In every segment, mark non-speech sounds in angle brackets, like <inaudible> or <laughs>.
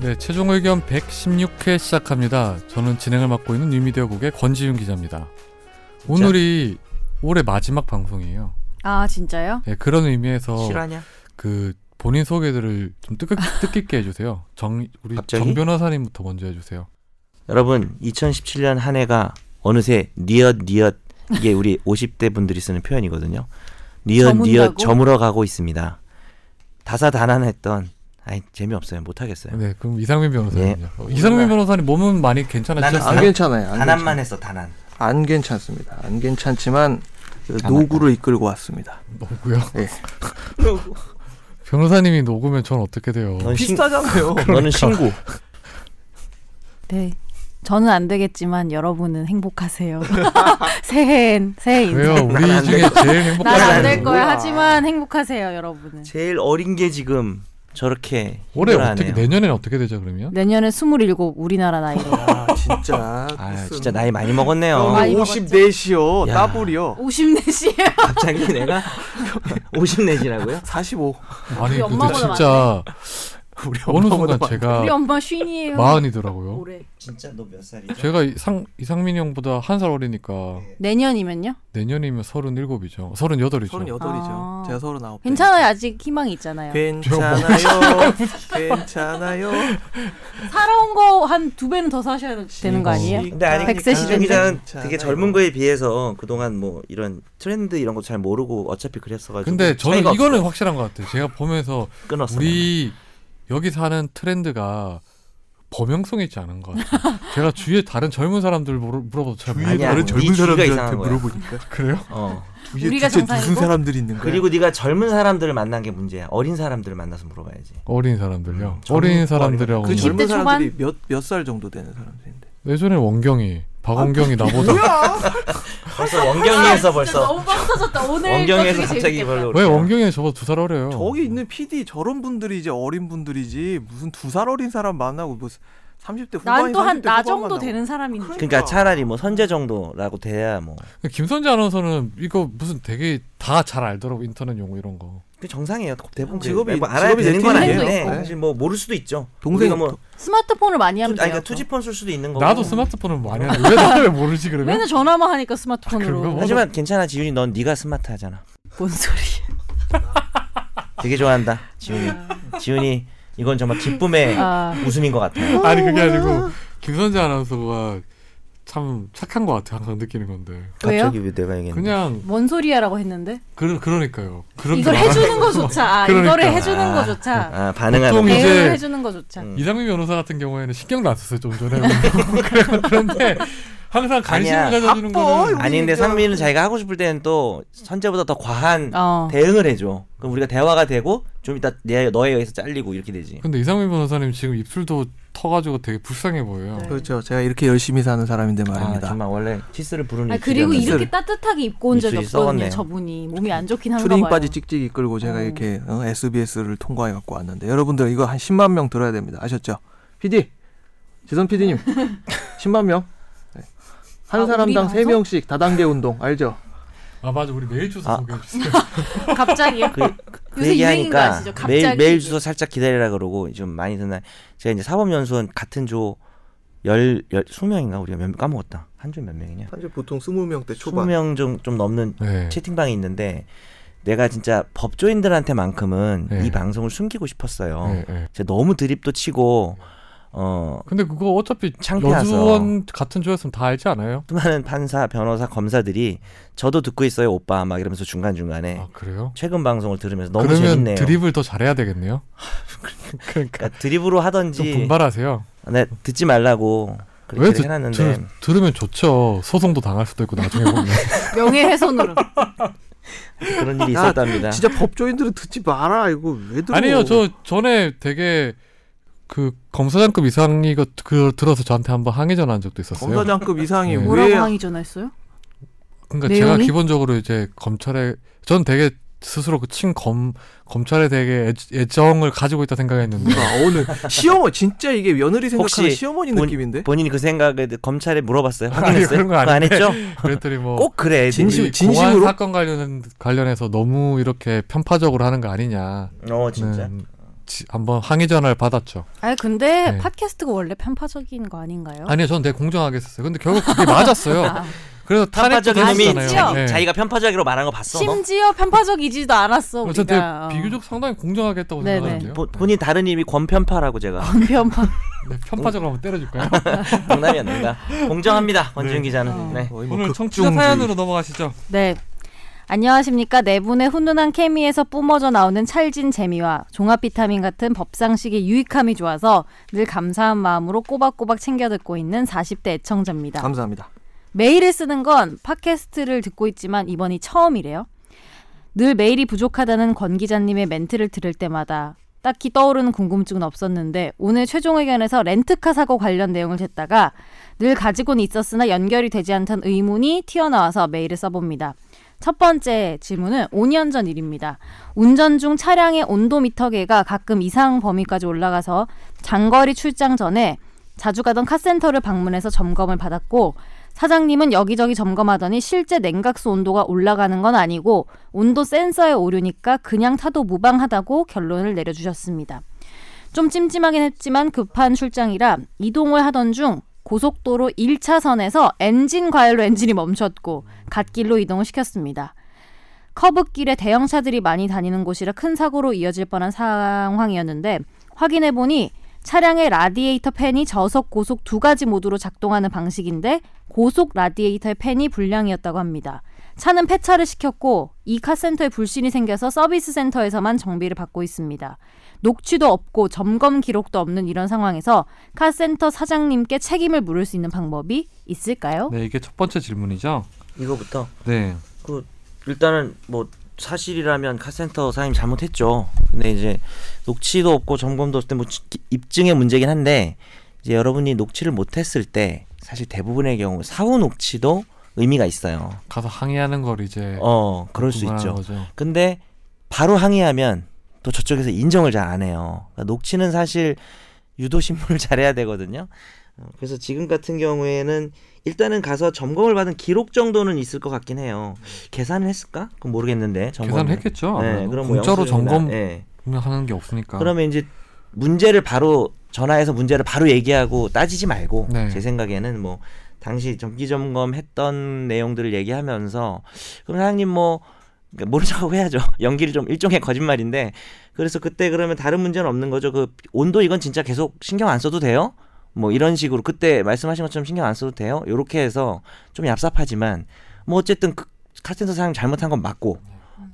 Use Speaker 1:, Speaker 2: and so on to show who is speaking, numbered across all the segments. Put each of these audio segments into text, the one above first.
Speaker 1: 네, 최종 의견 116회 시작합니다. 저는 진행을 맡고 있는 뉴미디어국의 권지윤 기자입니다. 오늘이 올해 마지막 방송이에요.
Speaker 2: 아 진짜요?
Speaker 1: 네, 그런 의미에서
Speaker 3: 실화냐?
Speaker 1: 그 본인 소개들을 좀 뜻깊, 뜻깊게 해주세요. 정 우리
Speaker 3: 갑자기?
Speaker 1: 정 변호사님부터 먼저 해주세요.
Speaker 3: 여러분 2017년 한 해가 어느새 니엇 니엇
Speaker 2: <laughs>
Speaker 3: 이게 우리 50대 분들이 쓰는 표현이거든요. 니엇
Speaker 2: 저문다고?
Speaker 3: 니엇 저물어 가고 있습니다. 다사다난했던 아이 재미없어요. 못 하겠어요.
Speaker 1: 네, 그럼 이상민 변호사님요. 어, 이상민 변호사님 몸은 많이 괜찮으셨어요?
Speaker 4: 안
Speaker 3: 나는
Speaker 4: 괜찮아요. 안,
Speaker 3: 다난만 했어 다난.
Speaker 4: 괜찮- 안 괜찮습니다. 안 괜찮지만 그 노구를 이끌고 왔습니다.
Speaker 1: 뭐고요?
Speaker 4: 예.
Speaker 1: <laughs> 변호사님이 녹으면 전 어떻게 그러니까. 돼요?
Speaker 3: 넌 신-
Speaker 4: 비슷하잖아요.
Speaker 3: 너는 신구.
Speaker 2: 네. 저는 안 되겠지만 여러분은 행복하세요. <laughs> 새해엔 새해
Speaker 5: <laughs>
Speaker 1: 왜요?
Speaker 2: 인사.
Speaker 1: 우리
Speaker 3: 난안
Speaker 1: 중에 제일 행복한
Speaker 2: 난 안
Speaker 3: 행복하지
Speaker 2: 될
Speaker 3: 않은
Speaker 2: 거야.
Speaker 4: 거야.
Speaker 2: 하지만 행복하세요, 여러분은.
Speaker 3: 제일 어린 게 지금 저렇게
Speaker 1: 올해
Speaker 3: 힘들어하네요.
Speaker 1: 어떻게 내년에는 어떻게 되죠 그러면?
Speaker 2: 내년에 27 우리나라 나이로
Speaker 4: 아, 진짜.
Speaker 3: <laughs> 아
Speaker 4: 무슨-
Speaker 3: 진짜 나이 많이 먹었네요.
Speaker 2: 많이
Speaker 4: 형이 54시요.
Speaker 3: 야.
Speaker 4: 따블이요.
Speaker 2: 54시에
Speaker 3: 갑자기
Speaker 2: <laughs>
Speaker 3: 내가 50 내지라고요?
Speaker 4: 45.
Speaker 1: 아니
Speaker 2: 우리
Speaker 1: 근데
Speaker 2: 엄마보다
Speaker 1: 진짜
Speaker 4: 우리
Speaker 1: 어느
Speaker 4: 엄마보다
Speaker 1: 순간
Speaker 4: 많-
Speaker 1: 제가
Speaker 3: 아.
Speaker 2: 우리 엄마 쉰이에요.
Speaker 1: 마흔이더라고요.
Speaker 2: 올해.
Speaker 3: 진짜 너 몇 살이죠?
Speaker 1: 제가 이상 이상민 형보다 한 살 어리니까
Speaker 5: 네.
Speaker 2: 내년이면요?
Speaker 1: 내년이면 서른일곱이죠. 서른여덟이죠.
Speaker 4: 38이죠.
Speaker 2: 아.
Speaker 4: 제가 39.
Speaker 2: 괜찮아요. 아직 희망이 있잖아요.
Speaker 3: 네. <laughs>
Speaker 4: 괜찮아요. <laughs> 괜찮아요.
Speaker 2: 살아온 거 한 두 배는 더 사셔야 되는
Speaker 3: 어,
Speaker 2: 거 아니에요?
Speaker 3: 근데 아니
Speaker 2: 백세 시대인데.
Speaker 3: 강준 기자는
Speaker 4: 괜찮아요.
Speaker 3: 되게 젊은 거에 비해서 그동안 뭐 이런 트렌드 이런 거 잘 모르고 어차피 그랬어가지고
Speaker 1: 근데 저는
Speaker 3: 차이가
Speaker 1: 이거는
Speaker 3: 없어.
Speaker 1: 확실한 것 같아요. 제가 보면서
Speaker 3: 끊었어요.
Speaker 1: 우리 여기 사는 트렌드가 범용성이 있지 않은 것 같아요. 제가 주위에 다른 젊은 사람들 물어- 물어봐도 잘
Speaker 4: 주위에
Speaker 1: 모르겠어요.
Speaker 3: 아니야,
Speaker 4: 다른 젊은
Speaker 3: 네 주위가
Speaker 4: 사람들한테
Speaker 3: 이상한 거야.
Speaker 4: 물어보니까
Speaker 1: 그래요?
Speaker 3: 어.
Speaker 1: 네.
Speaker 4: 주위에
Speaker 2: 우리가
Speaker 4: 도대체 무슨
Speaker 2: 정상이고?
Speaker 4: 사람들이 있는 거야?
Speaker 3: 그리고 네가 젊은 사람들을 만난 게 문제야. 어린 사람들을 만나서 물어봐야지.
Speaker 2: 아,
Speaker 1: 어린 사람들요.
Speaker 3: 음, 젊은-
Speaker 1: 어린 사람들이라고
Speaker 4: 그
Speaker 2: 젊은-
Speaker 1: 그
Speaker 4: 젊은
Speaker 2: 20대 초반?
Speaker 4: 사람들이 몇 몇 살 정도 되는 사람들인데.
Speaker 1: 예전에 원경이 박원경이 나보다
Speaker 3: 벌써 원경이에서 벌써
Speaker 2: 아, 너무 네, 빵 터졌다. 오늘
Speaker 3: 원경이에서 갑자기 별로.
Speaker 1: 왜 원경이 저보다 두 살 어려요?
Speaker 4: 저기 있는 PD 저런 분들이 이제 어린 분들이지 무슨 두 살 어린 사람 만나고 뭐 30대
Speaker 2: 난
Speaker 4: 후반이
Speaker 2: 또 한
Speaker 4: 30대
Speaker 2: 나
Speaker 4: 후반
Speaker 2: 정도
Speaker 4: 만나고.
Speaker 2: 되는 사람인데.
Speaker 3: 그러니까 차라리 뭐 선제 정도라고 돼야 뭐.
Speaker 1: 김선재 아나운서는 이거 무슨 되게 다 잘 알더라고 인터넷 용어 이런 거.
Speaker 3: 그 정상이에요. 대부분
Speaker 4: 직업이-
Speaker 3: 뭐 알아야
Speaker 4: 직업이
Speaker 3: 되는 건
Speaker 2: 대통령도
Speaker 3: 아닌데
Speaker 4: 있고.
Speaker 3: 사실 뭐 모를 수도 있죠.
Speaker 4: 동생이
Speaker 3: 우리가 뭐 투,
Speaker 2: 스마트폰을 많이
Speaker 3: 아니
Speaker 2: 하면 돼요.
Speaker 3: 그러니까 투지폰 쓸 수도
Speaker 2: 어.
Speaker 3: 있는 거고.
Speaker 1: 나도 스마트폰을 뭐 많이 하는데 왜 나를 모르지 그러면?
Speaker 2: 맨날 전화만 하니까
Speaker 1: 그런가?
Speaker 2: 스마트폰으로.
Speaker 3: 하지만 괜찮아 지윤이 넌 네가 스마트하잖아.
Speaker 2: 뭔 소리?
Speaker 3: 되게 좋아한다 지훈이. 지훈이 이건 정말 기쁨의
Speaker 2: 아,
Speaker 3: 웃음인 것 같아요.
Speaker 1: <laughs> 아니
Speaker 2: 어.
Speaker 1: 그게 아니고 김선재 아나운서가 참 착한 것 같아 항상 느끼는 건데
Speaker 2: 왜요?
Speaker 3: 갑자기 왜 내가 얘기했는데?
Speaker 1: 그냥
Speaker 2: 뭔 소리야라고 했는데
Speaker 1: 그러, 그러니까요 그렇게
Speaker 2: 이걸
Speaker 1: 말하-
Speaker 2: 해주는 거조차 아,
Speaker 1: 그러니까.
Speaker 2: 이거를 해주는
Speaker 3: 아.
Speaker 2: 거조차
Speaker 3: 아 반응하는
Speaker 1: 보통이-
Speaker 3: 거.
Speaker 1: 이제-
Speaker 2: 대응을 해주는 거조차.
Speaker 3: 음.
Speaker 1: 이상민 변호사 같은 경우에는 신경도 안 썼어요 좀 전에 <laughs> 그래, 그런데 항상 관심을
Speaker 3: 아니야.
Speaker 1: 가져주는
Speaker 4: 바빠,
Speaker 1: 거는
Speaker 3: 아니 근데
Speaker 4: 우리가-
Speaker 3: 상민은 자기가 하고 싶을 때는 또 선재보다 더 과한
Speaker 2: 어.
Speaker 3: 대응을 해줘. 그럼 우리가 대화가 되고 좀 이따 내 너에 의해서 잘리고 이렇게 되지.
Speaker 1: 근데 이상민 변호사님 지금 입술도 터가지고 되게 불쌍해 보여요
Speaker 2: 네.
Speaker 4: 그렇죠. 제가 이렇게 열심히 사는 사람인데
Speaker 3: 아
Speaker 4: 말입니다.
Speaker 3: 정말 원래 치스를 부르는
Speaker 2: 아 그리고
Speaker 3: 입술이었는데.
Speaker 2: 이렇게 따뜻하게 입고 온 적이
Speaker 3: 음, 입술이
Speaker 2: 없거든요.
Speaker 3: 썩었네요.
Speaker 2: 저분이 몸이 안 좋긴 한가 봐요.
Speaker 4: 추링까지 찍찍 이끌고 제가
Speaker 2: 어.
Speaker 4: 이렇게 어, SBS를 통과해 갖고 왔는데 여러분들 이거 한 10만 명 들어야 됩니다. 아셨죠? PD 지선
Speaker 2: <laughs>
Speaker 4: PD님 10만 명. 네. 한
Speaker 2: 아, 우리
Speaker 4: 사람당
Speaker 2: 방송?
Speaker 4: 3명씩 다단계 운동 알죠?
Speaker 1: 아 맞아 우리 메일 주소
Speaker 3: 아.
Speaker 1: 소개해
Speaker 3: <laughs>
Speaker 1: 주세요
Speaker 2: 갑자기
Speaker 3: 그, 그
Speaker 2: 요새 유행인 거
Speaker 3: 얘기하니까
Speaker 2: 아시죠?
Speaker 3: 매일
Speaker 2: 갑자기.
Speaker 3: 매일 주소 살짝 기다리라 그러고 좀 많이 듣나. 제가 이제 사법연수원 같은 조열열 20명인가 우리가 몇 까먹었다. 한 조 몇 명이냐?
Speaker 4: 현재 보통 20명 대
Speaker 3: 20명 좀, 좀 넘는
Speaker 1: 네.
Speaker 3: 채팅방이 있는데 내가 진짜 법조인들한테만큼은
Speaker 1: 네.
Speaker 3: 이 방송을 숨기고 싶었어요.
Speaker 1: 네, 네.
Speaker 3: 제가 너무 드립도 치고 어
Speaker 1: 근데 그거 어차피
Speaker 3: 창피해서.
Speaker 1: 여수원 같은 조였으면 다 알지 않아요?
Speaker 3: 수많은 판사, 변호사, 검사들이 저도 듣고 있어요, 오빠 막 이러면서 중간 중간에
Speaker 1: 아 그래요?
Speaker 3: 최근 방송을 들으면서 네. 너무
Speaker 1: 그러면
Speaker 3: 재밌네요.
Speaker 1: 드립을 더 잘해야 되겠네요 그러니까
Speaker 3: <laughs> 그러니까 드립으로
Speaker 1: 좀
Speaker 3: 하던지
Speaker 1: 분발하세요
Speaker 3: 네, 듣지 말라고
Speaker 1: 왜
Speaker 3: 그렇게
Speaker 1: 드,
Speaker 3: 해놨는데
Speaker 1: 들- 들으면 좋죠. 소송도 당할 수도 있고 나중에
Speaker 3: <laughs>
Speaker 1: 보면.
Speaker 2: 명예훼손으로.
Speaker 3: 그런 일이
Speaker 1: 아,
Speaker 4: 야,
Speaker 3: 있었답니다.
Speaker 4: 진짜 법조인들은 듣지 마라 이거 왜 들어?
Speaker 1: 아니요, 저 전에 되게 그 검사장급 이상이 그, 그 들어서 저한테 한번 항의 전화한 적도 있었어요.
Speaker 4: 검사장급
Speaker 1: <laughs>
Speaker 4: 이상이
Speaker 1: 네.
Speaker 2: 뭐라고
Speaker 4: 왜
Speaker 2: 항의 전화했어요?
Speaker 1: 그러니까
Speaker 2: 내용이?
Speaker 1: 제가 기본적으로 이제 검찰에 전 되게 스스로 그 친 검 검찰에 되게 애- 애정을 가지고 있다 생각했는데
Speaker 3: <laughs>
Speaker 4: 아, 오늘 시어머 진짜 이게 며느리 생각하는
Speaker 3: 혹시
Speaker 4: 시어머니
Speaker 3: 본-
Speaker 4: 느낌인데
Speaker 3: 본인이 그 생각에 대- 검찰에 물어봤어요?
Speaker 1: 아니요,
Speaker 3: 확인했어요?
Speaker 1: 그런 거
Speaker 3: 그거 안
Speaker 1: 아닌데.
Speaker 3: 했죠?
Speaker 1: 그랬더니 뭐
Speaker 3: 꼭 그래. 애들이.
Speaker 4: 진심-
Speaker 1: 이
Speaker 4: 진심으로?
Speaker 1: 공안 사건 관련 관련해서 너무 이렇게 편파적으로 하는 거 아니냐. 음,
Speaker 3: 어 진짜.
Speaker 1: 지- 한번 항의 전화를 받았죠.
Speaker 2: 아니 근데
Speaker 1: 네.
Speaker 2: 팟캐스트가 원래 편파적인 거 아닌가요?
Speaker 1: 아니요, 저는 되게 공정하게 했었어요. 근데 결국
Speaker 2: <laughs>
Speaker 1: 그게 맞았어요.
Speaker 2: 아,
Speaker 1: 그래서 탄핵도
Speaker 3: 편파적인 놈이
Speaker 2: 진짜.
Speaker 1: 됐잖아요. 예. 네.
Speaker 3: 자기, 자기가 편파적으로 말한 거 봤어? 너?
Speaker 2: 심지어 편파적이지도 않았어
Speaker 1: 저는 되게
Speaker 2: 우리가.
Speaker 1: 비교적 상당히 공정하게 했다고
Speaker 2: 네네.
Speaker 1: 생각하는데요.
Speaker 3: 보- 본인 다른 이름이
Speaker 5: <laughs>
Speaker 3: 권편파라고 제가
Speaker 2: 어. <laughs> 편파.
Speaker 1: 네, 편파적으로 한번 때려줄까요?
Speaker 3: 장난이 아닌가 공정합니다 권지윤
Speaker 1: 네.
Speaker 3: 기자는 네.
Speaker 4: 거의 뭐
Speaker 1: 오늘 청취자
Speaker 4: 극중주의.
Speaker 1: 사연으로 넘어가시죠.
Speaker 5: 네. 안녕하십니까. 네 분의 훈훈한 케미에서 뿜어져 나오는 찰진 재미와 종합 비타민 같은 법상식의 유익함이 좋아서 늘 감사한 마음으로 꼬박꼬박 챙겨 듣고 있는 40대 애청자입니다.
Speaker 4: 감사합니다.
Speaker 5: 메일을 쓰는 건 팟캐스트를 듣고 있지만 이번이 처음이래요. 늘 메일이 부족하다는 권 기자님의 멘트를 들을 때마다 딱히 떠오르는 궁금증은 없었는데 오늘 최종 의견에서 렌트카 사고 관련 내용을 듣다가 늘 가지고는 있었으나 연결이 되지 않던 의문이 튀어나와서 메일을 써봅니다. 첫 번째 질문은 5년 전 일입니다. 운전 중 차량의 온도미터계가 가끔 이상 범위까지 올라가서 장거리 출장 전에 자주 가던 카센터를 방문해서 점검을 받았고 사장님은 여기저기 점검하더니 실제 냉각수 온도가 올라가는 건 아니고 온도 센서의 오류니까 그냥 타도 무방하다고 결론을 내려주셨습니다. 좀 찜찜하긴 했지만 급한 출장이라 이동을 하던 중 고속도로 1차선에서 엔진 과열로 엔진이 멈췄고 갓길로 이동을 시켰습니다. 커브길에 대형차들이 많이 다니는 곳이라 큰 사고로 이어질 뻔한 상황이었는데 확인해 보니 차량의 라디에이터 팬이 저속 고속 두 가지 모드로 작동하는 방식인데 고속 라디에이터의 팬이 불량이었다고 합니다. 차는 폐차를 시켰고 이 카센터에 불신이 생겨서 서비스 센터에서만 정비를 받고 있습니다. 녹취도 없고 점검 기록도 없는 이런 상황에서 카센터 사장님께 책임을 물을 수 있는 방법이 있을까요?
Speaker 1: 네, 이게 첫 번째 질문이죠.
Speaker 3: 이거부터
Speaker 1: 네.
Speaker 3: 그 일단은 뭐 사실이라면 카센터 사장님 잘못했죠. 근데 이제 녹취도 없고 점검도 없을 때뭐 입증의 문제긴 한데 이제 여러분이 녹취를 못했을 때 사실 대부분의 경우 사후 녹취도 의미가 있어요.
Speaker 1: 가서 항의하는 걸 이제
Speaker 3: 어 그럴 수
Speaker 1: 구분하는
Speaker 3: 있죠.
Speaker 1: 거죠.
Speaker 3: 근데 바로 항의하면 또 저쪽에서 인정을 잘 안 해요. 그러니까 녹취는 사실 유도 신문을 <laughs> 잘해야 되거든요. 어, 그래서 지금 같은 경우에는 일단은 가서 점검을 받은 기록 정도는 있을 것 같긴 해요. 계산을 했을까? 그건 모르겠는데.
Speaker 1: 계산을
Speaker 3: 점검을.
Speaker 1: 했겠죠.
Speaker 3: 네,
Speaker 1: 아무래도.
Speaker 3: 그럼 뭐
Speaker 1: 공짜로
Speaker 3: 영수증이나,
Speaker 1: 점검
Speaker 3: 예.
Speaker 1: 하는 게 없으니까.
Speaker 3: 그러면 이제 문제를 바로 전화해서 문제를 바로 얘기하고 따지지 말고
Speaker 1: 네.
Speaker 3: 제 생각에는 뭐 당시 정기 점검했던 내용들을 얘기하면서 그럼 사장님 뭐 그러니까 모르자고 해야죠. <laughs> 연기를 좀 일종의 거짓말인데 그래서 그때 그러면 다른 문제는 없는 거죠. 그 온도 이건 진짜 계속 신경 안 써도 돼요? 뭐 이런 식으로 그때 말씀하신 것처럼 신경 안 써도 돼요? 요렇게 해서 좀 얍삽하지만 뭐 어쨌든 그 카센터 사장 잘못한 건 맞고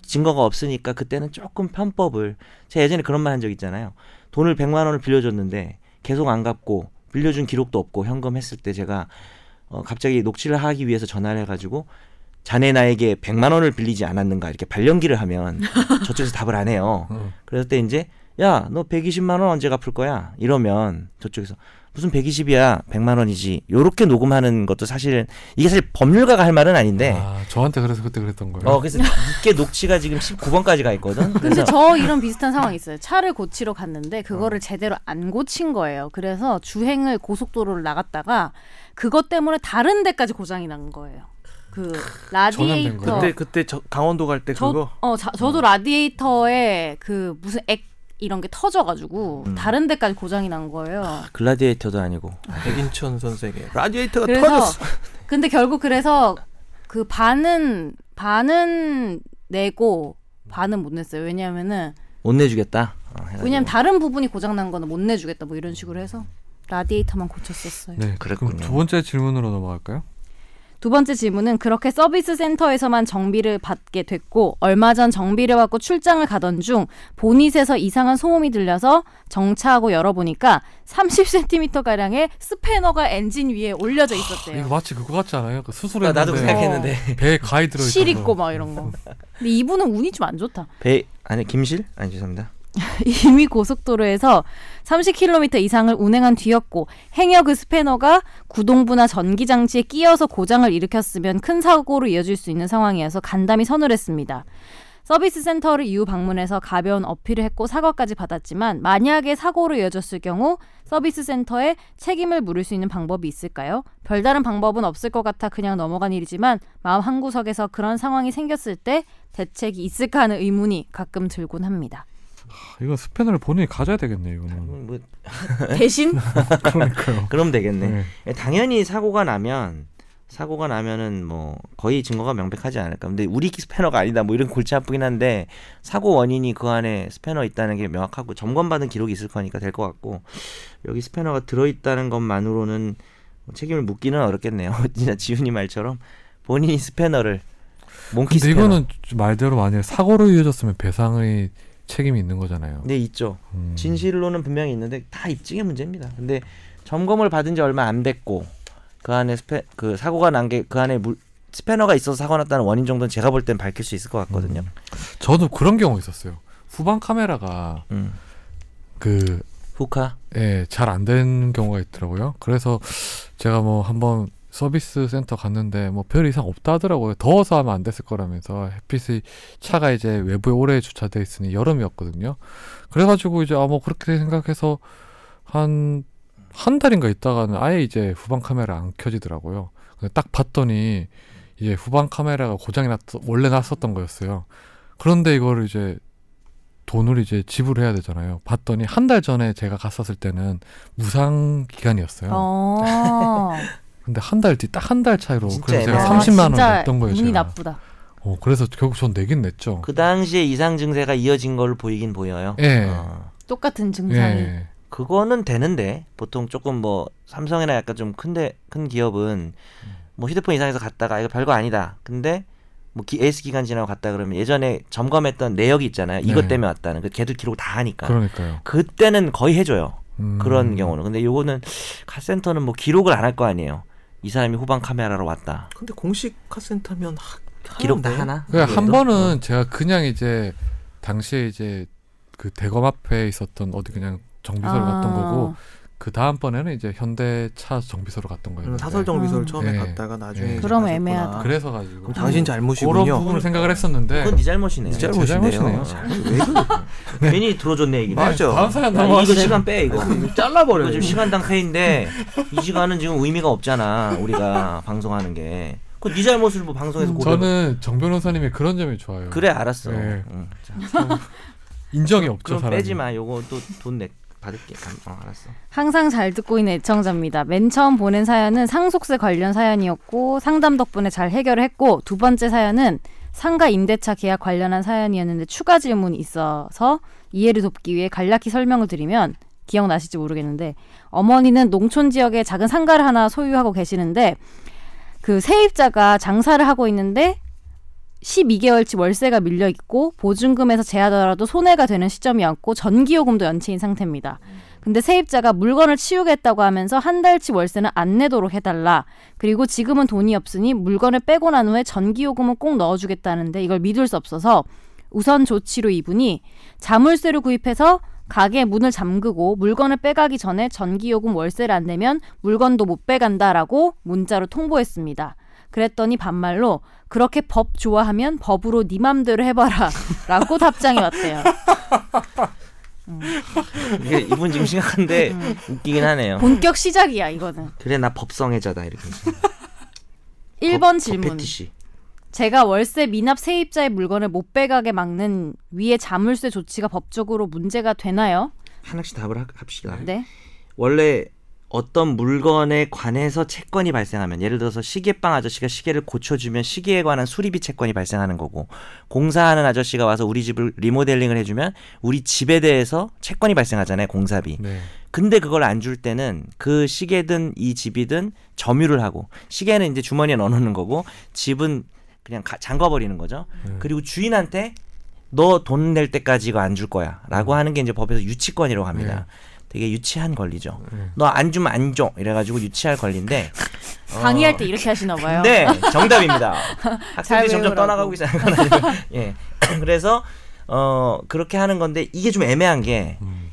Speaker 3: 증거가 없으니까 그때는 조금 편법을 제가 예전에 그런 말 한 적 있잖아요. 돈을 100만 원을 빌려줬는데 계속 안 갚고 빌려준 기록도 없고 현금 했을 때 제가 어, 갑자기 녹취를 하기 위해서 전화를 해가지고 자네 나에게 100만 원을 빌리지 않았는가 이렇게 발령기를 하면 <laughs> 저쪽에서 답을 안 해요.
Speaker 1: 어.
Speaker 3: 그럴 때 이제 야 너 120만 원 언제 갚을 거야 이러면 저쪽에서 무슨 120이야 100만 원이지 요렇게 녹음하는 것도 사실은 이게 사실 법률가가 할 말은 아닌데
Speaker 1: 아, 저한테 그래서 그때 그랬던 거예요.
Speaker 3: 예. 어 그래서 이게 녹취가 지금 19번까지 가 있거든.
Speaker 5: 근데
Speaker 3: 그래서
Speaker 5: 저 이런 비슷한 상황이 있어요. 차를 고치러 갔는데 그거를 제대로 안 고친 거예요. 그래서 주행을 고속도로를 나갔다가 그것 때문에 다른 데까지 고장이 난 거예요. 그
Speaker 1: 전염된 거예요?
Speaker 5: 라디에이터
Speaker 4: 그때 그때 저 강원도 갈 때
Speaker 5: 저,
Speaker 4: 그거
Speaker 5: 어, 자- 저도 라디에이터에 그 무슨 액 이런 게 터져가지고 다른 데까지 고장이 난 거예요.
Speaker 3: 아, 글라디에이터도 아니고
Speaker 4: 백인천 선생의 라디에이터가
Speaker 5: 그래서
Speaker 4: 터졌어.
Speaker 5: <laughs> 근데 결국 그래서 그 반은 반은 내고 반은 못 냈어요. 왜냐면은
Speaker 3: 못 내주겠다. 어, 해가지고.
Speaker 5: 왜냐면 다른 부분이 고장난 거는 못 내주겠다 뭐 이런 식으로 해서 라디에이터만 고쳤었어요.
Speaker 1: 네,
Speaker 3: 그랬군요.
Speaker 1: 그럼 두 번째 질문으로 넘어갈까요?
Speaker 5: 두 번째 질문은 그렇게 서비스 센터에서만 정비를 받게 됐고 얼마 전 정비를 받고 출장을 가던 중 보닛에서 이상한 소음이 들려서 정차하고 열어보니까 30cm 가량의 스패너가 엔진 위에 올려져
Speaker 1: 이거
Speaker 5: 있었대요.
Speaker 1: 마치 그거 같지 않아요? 그
Speaker 3: 아,
Speaker 1: 수술했는데
Speaker 3: 나도 그
Speaker 5: 어.
Speaker 3: 생각했는데
Speaker 1: 배에 가위 들어
Speaker 5: 실 있고 막 이런 거. 근데 이분은 운이 좀 안 좋다.
Speaker 3: 배 아니 김실 아니 죄송합니다.
Speaker 5: <laughs> 이미 고속도로에서 30km 이상을 운행한 뒤였고 행여 그 스패너가 구동부나 전기장치에 끼어서 고장을 일으켰으면 큰 사고로 이어질 수 있는 상황이어서 간담이 서늘했습니다. 서비스 센터를 이후 방문해서 가벼운 어필을 했고 사과까지 받았지만 만약에 사고로 이어졌을 경우 서비스 센터에 책임을 물을 수 있는 방법이 있을까요? 별다른 방법은 없을 것 같아 그냥 넘어간 일이지만 마음 한구석에서 그런 상황이 생겼을 때 대책이 있을까 하는 의문이 가끔 들곤 합니다.
Speaker 1: 하, 이건 스패너를 본인이 가져야 되겠네 이거는.
Speaker 3: 뭐,
Speaker 5: 대신
Speaker 1: 그러니까요.
Speaker 3: 그럼 되겠네.
Speaker 1: 네.
Speaker 3: 예, 당연히 사고가 나면 사고가 나면은 뭐 거의 증거가 명백하지 않을까. 근데 우리 스패너가 아니다 뭐 이런 골치 아프긴 한데 사고 원인이 그 안에 스패너 있다는 게 명확하고 점검받은 기록이 있을 거니까 될 것 같고 여기 스패너가 들어 있다는 것만으로는 뭐 책임을 묻기는 어렵겠네요. <laughs> 진짜 지훈이 말처럼 본인이 스패너를 몽키
Speaker 1: 근데
Speaker 3: 스패너.
Speaker 1: 이거는 말대로 만약 사고로 이어졌으면 배상의 책임이 있는 거잖아요.
Speaker 3: 네 있죠.
Speaker 1: 음.
Speaker 3: 진실로는 분명히 있는데 다 입증의 문제입니다. 근데 점검을 받은 지 얼마 안 됐고 그 안에 스페 그 사고가 난 게 그 안에 물, 스패너가 있어서 사고 났다는 원인 정도는 제가 볼 땐 밝힐 수 있을 것 같거든요.
Speaker 1: 저도 그런 경우 있었어요. 후방 카메라가
Speaker 3: 음.
Speaker 1: 그
Speaker 3: 후카.
Speaker 1: 예, 잘 안 된 경우가 있더라고요. 그래서 제가 뭐 한번 서비스 센터 갔는데 뭐 별 이상 없다 하더라고요. 더워서 하면 안 됐을 거라면서 햇빛이 차가 이제 외부에 오래 주차돼 있으니 여름이었거든요. 그래가지고 이제 아 뭐 그렇게 생각해서 한 한 달인가 있다가는 아예 이제 후방 카메라 안 켜지더라고요. 근데 딱 봤더니 이제 후방 카메라가 고장이 났 원래 났었던 거였어요. 그런데 이거를 이제 돈을 이제 지불해야 되잖아요. 봤더니 한 달 전에 제가 갔었을 때는 무상 기간이었어요.
Speaker 5: 어.
Speaker 1: 근데 한 달 뒤 딱 한 달 차이로
Speaker 3: 아, 진짜
Speaker 1: 그래서 <laughs> 제가
Speaker 3: 애매하다.
Speaker 1: 30만 원
Speaker 5: 진짜
Speaker 1: 냈던 거예요.
Speaker 5: 운이
Speaker 1: 제가.
Speaker 5: 나쁘다.
Speaker 1: 어, 그래서 결국 전 내긴 냈죠.
Speaker 3: 그 당시에 이상 증세가 이어진 걸로 보이긴 보여요.
Speaker 1: 예.
Speaker 3: 어.
Speaker 5: 똑같은 증상이.
Speaker 1: 예.
Speaker 3: 그거는 되는데 보통 조금 뭐 삼성이나 약간 좀 큰데 큰 기업은 뭐 휴대폰 이상해서 갔다가 이거 별거 아니다. 근데 뭐 기, 에이스 기간 지나고 갔다 그러면 예전에 점검했던 내역이 있잖아요. 이것
Speaker 1: 네. 그렇죠.
Speaker 3: 때문에 왔다는 그 걔들 기록 다 하니까.
Speaker 1: 그러니까요.
Speaker 3: 그때는 거의 해줘요.
Speaker 1: 음.
Speaker 3: 그런 경우는. 근데 요거는 카센터는 뭐 기록을 안 할 거 아니에요. 이 사람이 후방 카메라로 왔다.
Speaker 4: 근데 공식 카센터면 음,
Speaker 3: 기록 다 하나?
Speaker 1: 그러니까 한
Speaker 3: 그래도? 어.
Speaker 1: 번은 제가 그냥 이제 당시에 이제 그 대검 앞에 있었던 어디 그냥 정비소로
Speaker 3: 아.
Speaker 5: 아,
Speaker 1: 갔던 거고 그 다음 번에는 이제 현대차 정비소로 갔던 거예요.
Speaker 4: 사설 정비소를
Speaker 5: 음.
Speaker 4: 처음에
Speaker 1: 네.
Speaker 4: 갔다가 나중에
Speaker 1: 네.
Speaker 4: 이제
Speaker 5: 그럼
Speaker 4: 가셨구나.
Speaker 3: 아.
Speaker 5: 애매하다.
Speaker 1: 그래서 가지고 음,
Speaker 4: 그럼
Speaker 1: 그런
Speaker 4: 당신 잘못이군요.
Speaker 1: 부분을 생각을 했는데
Speaker 3: 그건 네 잘못이네요.
Speaker 4: 진짜
Speaker 1: 제
Speaker 4: 잘못이네요.
Speaker 1: 잘못이네요.
Speaker 4: 왜 그래?
Speaker 3: 괜히 들어줬네 얘기는.
Speaker 4: 맞아.
Speaker 1: 다음 사연
Speaker 3: 야, 이거
Speaker 1: 넘어가시죠.
Speaker 3: 시간
Speaker 1: <laughs>
Speaker 3: 빼 이거.
Speaker 4: 잘라버려.
Speaker 3: 이거 지금 시간당 페인데 이 시간은 지금 의미가 없잖아. 우리가 <laughs> 방송하는 게. 그네 잘못을 뭐 방송에서 고백.
Speaker 1: 음, 저는 정 변호사님의 그런 점이 좋아요.
Speaker 3: 그래 알았어.
Speaker 1: 네.
Speaker 3: 응. 자,
Speaker 1: 인정이 없죠
Speaker 3: 그럼
Speaker 1: 사람이.
Speaker 3: 빼지 마. 요거 또 돈 내 받을게. 어, 알았어.
Speaker 5: 항상 잘 듣고 있는 애청자입니다. 맨 처음 보낸 사연은 상속세 관련 사연이었고 상담 덕분에 잘 해결했고 두 번째 사연은 상가 임대차 계약 관련한 사연이었는데 추가 질문이 있어서 이해를 돕기 위해 간략히 설명을 드리면 기억나실지 모르겠는데 어머니는 농촌 지역에 작은 상가를 하나 소유하고 계시는데 그 세입자가 장사를 하고 있는데 12개월치 월세가 밀려 있고 보증금에서 제하더라도 손해가 되는 시점이었고 전기요금도 연체인 상태입니다. 근데 세입자가 물건을 치우겠다고 하면서 한 달치 월세는 안 내도록 해달라. 그리고 지금은 돈이 없으니 물건을 빼고 난 후에 전기요금은 꼭 넣어주겠다는데 이걸 믿을 수 없어서 우선 조치로 이분이 자물쇠를 구입해서 가게 문을 잠그고 물건을 빼가기 전에 전기요금 월세를 안 내면 물건도 못 빼간다라고 문자로 통보했습니다. 그랬더니 반말로 그렇게 법 좋아하면 법으로 네 맘대로 해봐라 라고 <laughs> 답장이 왔대요.
Speaker 3: 이게 이분
Speaker 1: <laughs>
Speaker 3: 지금 심각한데 웃기긴 하네요.
Speaker 5: 본격 시작이야 이거는.
Speaker 3: 그래 나 법성애자다 이렇게.
Speaker 5: 1번
Speaker 3: 법-
Speaker 5: 질문.
Speaker 3: 법패티시.
Speaker 5: 제가 월세 미납 세입자의 물건을 못 빼가게 막는 위의 자물쇠 조치가 법적으로 문제가 되나요?
Speaker 3: 하나씩 답을 하- 합시다.
Speaker 5: 네.
Speaker 3: 원래 어떤 물건에 관해서 채권이 발생하면 예를 들어서 시계빵 아저씨가 시계를 고쳐주면 시계에 관한 수리비 채권이 발생하는 거고 공사하는 아저씨가 와서 우리 집을 리모델링을 해주면 우리 집에 대해서 채권이 발생하잖아요 공사비
Speaker 1: 네.
Speaker 3: 근데 그걸 안 줄 때는 그 시계든 이 집이든 점유를 하고 시계는 이제 주머니에 넣어놓는 거고 집은 그냥 가- 잠가버리는 거죠.
Speaker 1: 음.
Speaker 3: 그리고 주인한테 너 돈 낼 때까지 이거 안 줄 거야라고 하는 게 이제 법에서 유치권이라고 합니다. 되게 유치한 권리죠.
Speaker 1: 네.
Speaker 3: 너 안 주면 안 줘. 이래가지고 유치할 권리인데.
Speaker 5: 강의할 때 이렇게 하시나 봐요.
Speaker 3: 아. 어. 네, 정답입니다.
Speaker 5: <laughs> 잘
Speaker 3: 학생들이 점점
Speaker 5: 외우라고.
Speaker 3: 떠나가고 있어요. <laughs> 그건
Speaker 5: <laughs>
Speaker 3: 아니고요. 예. <clears throat> 그래서 어 그렇게 하는 건데 이게 좀 애매한 게.
Speaker 1: 음.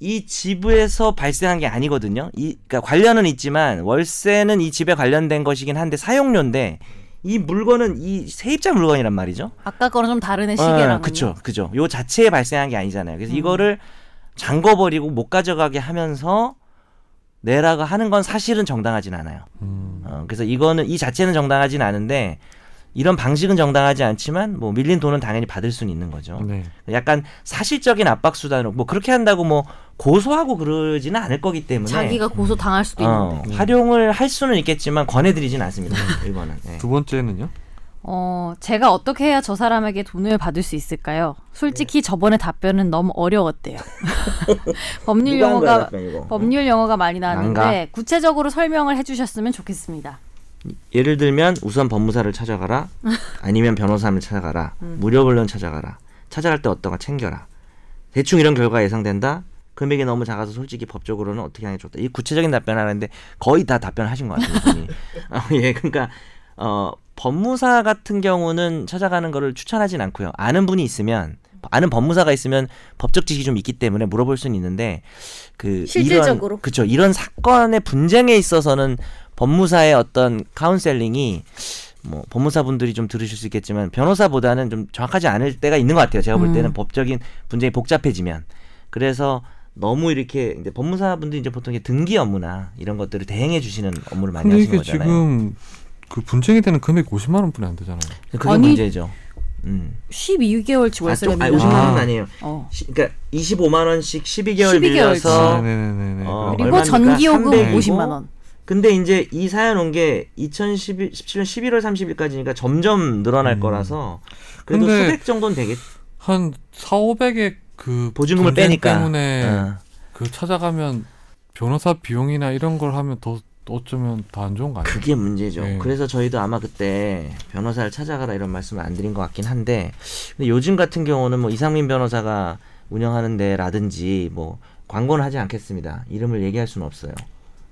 Speaker 3: 이 집에서 발생한 게 아니거든요. 이 그러니까 관련은 있지만 월세는 이 집에 관련된 것이긴 한데 사용료인데 이 물건은 이 세입자 물건이란 말이죠.
Speaker 5: 아까 거랑 좀 다른 애 네, 시계랑.
Speaker 3: 어, 예, 그죠, 그죠. 요 자체에 발생한 게
Speaker 5: 음.
Speaker 3: 아니잖아요. 그래서 이거를 잠궈버리고 못 가져가게 하면서 내라고 하는 건 사실은 정당하진 않아요.
Speaker 1: 음.
Speaker 3: 어, 그래서 이거는 이 자체는 정당하진 않은데 이런 방식은 정당하지 않지만 뭐 밀린 돈은 당연히 받을 수는 있는 거죠.
Speaker 1: 네.
Speaker 3: 약간 사실적인 압박 수단으로 뭐 그렇게 한다고 뭐 고소하고 그러지는 않을 거기 때문에
Speaker 5: 자기가 고소 당할 수도 있는데.
Speaker 3: 네. 어, 활용을 할 수는 있겠지만 권해드리진 않습니다. 이거는 네.
Speaker 1: 음. 두 번째는요?
Speaker 5: 어, 제가 어떻게 해야 저 사람에게 돈을 받을 수 있을까요?
Speaker 3: 네.
Speaker 5: 솔직히 저번에 답변은 너무
Speaker 3: <laughs>
Speaker 5: 어려웠대요. <laughs> 법률
Speaker 3: 누가 한 거야,
Speaker 5: 용어가
Speaker 3: 답변 이거?
Speaker 5: 법률 용어가 많이 나왔는데
Speaker 3: 난가?
Speaker 5: 구체적으로 설명을 해주셨으면 좋겠습니다.
Speaker 3: 예를 들면 우선 법무사를 찾아가라 아니면 변호사를 찾아가라
Speaker 6: 음.
Speaker 3: 무료변론 찾아가라 찾아갈 때 어떤가 챙겨라 대충 이런 결과가 예상된다 금액이 너무 작아서 솔직히 법적으로는 어떻게 하는 게 좋다 이 구체적인 답변을 하는데 거의 다 답변하신 것 같아요
Speaker 6: <laughs>
Speaker 3: 분이. 어, 예 그러니까 어 법무사 같은 경우는 찾아가는 거를 추천하진 않고요 아는 분이 있으면 아는 법무사가 있으면 법적 지식이 좀 있기 때문에 물어볼 수는 있는데 그
Speaker 6: 실질적으로.
Speaker 3: 이런, 그쵸 이런 사건의 분쟁에 있어서는 법무사의 어떤 카운셀링이 뭐 법무사분들이 좀 들으실 수 있겠지만 변호사보다는 좀 정확하지 않을 때가 있는 것 같아요. 제가
Speaker 5: 음.
Speaker 3: 볼 때는 법적인 분쟁이 복잡해지면 그래서 너무 이렇게 이제 법무사분들이 이제 보통 이게 등기 업무나 이런 것들을 대행해 주시는 업무를 많이
Speaker 1: 근데
Speaker 5: 그러니까
Speaker 3: 하시는
Speaker 1: 이게
Speaker 3: 거잖아요.
Speaker 1: 그러니까 지금 그 분쟁이 되는 금액이 50만 원뿐이 안 되잖아요.
Speaker 3: 그게
Speaker 5: 아니,
Speaker 3: 문제죠. 음.
Speaker 5: 12개월치
Speaker 3: 아, 좀,
Speaker 5: 월세를
Speaker 3: 아, 50만
Speaker 1: 아.
Speaker 3: 원은 아니에요.
Speaker 5: 어.
Speaker 3: 시, 그러니까 25만 원씩 12개월
Speaker 5: 12개월
Speaker 3: 밀려서
Speaker 1: 아, 네네네네.
Speaker 3: 어,
Speaker 1: 그럼-
Speaker 5: 그리고
Speaker 3: 얼마입니까?
Speaker 5: 전기요금
Speaker 3: 300이고?
Speaker 5: 50만 원.
Speaker 3: 근데 이제 이 사연 온 게 2017년 11월 30일까지니까 점점 늘어날
Speaker 1: 음.
Speaker 3: 거라서 그래도
Speaker 1: 근데
Speaker 3: 수백 정도는 되겠.
Speaker 1: 한 4, 500의 그
Speaker 3: 보증금을
Speaker 1: 분쟁
Speaker 3: 빼니까.
Speaker 1: 때문에
Speaker 3: 어.
Speaker 1: 그 찾아가면 변호사 비용이나 이런 걸 하면 더 어쩌면 더 안 좋은 거 아니에요?
Speaker 3: 그게 문제죠.
Speaker 1: 네.
Speaker 3: 그래서 저희도 아마 그때 변호사를 찾아가라 이런 말씀을 안 드린 것 같긴 한데 근데 요즘 같은 경우는 뭐 이상민 변호사가 운영하는 데라든지 뭐 광고는 하지 않겠습니다. 이름을 얘기할 수는 없어요.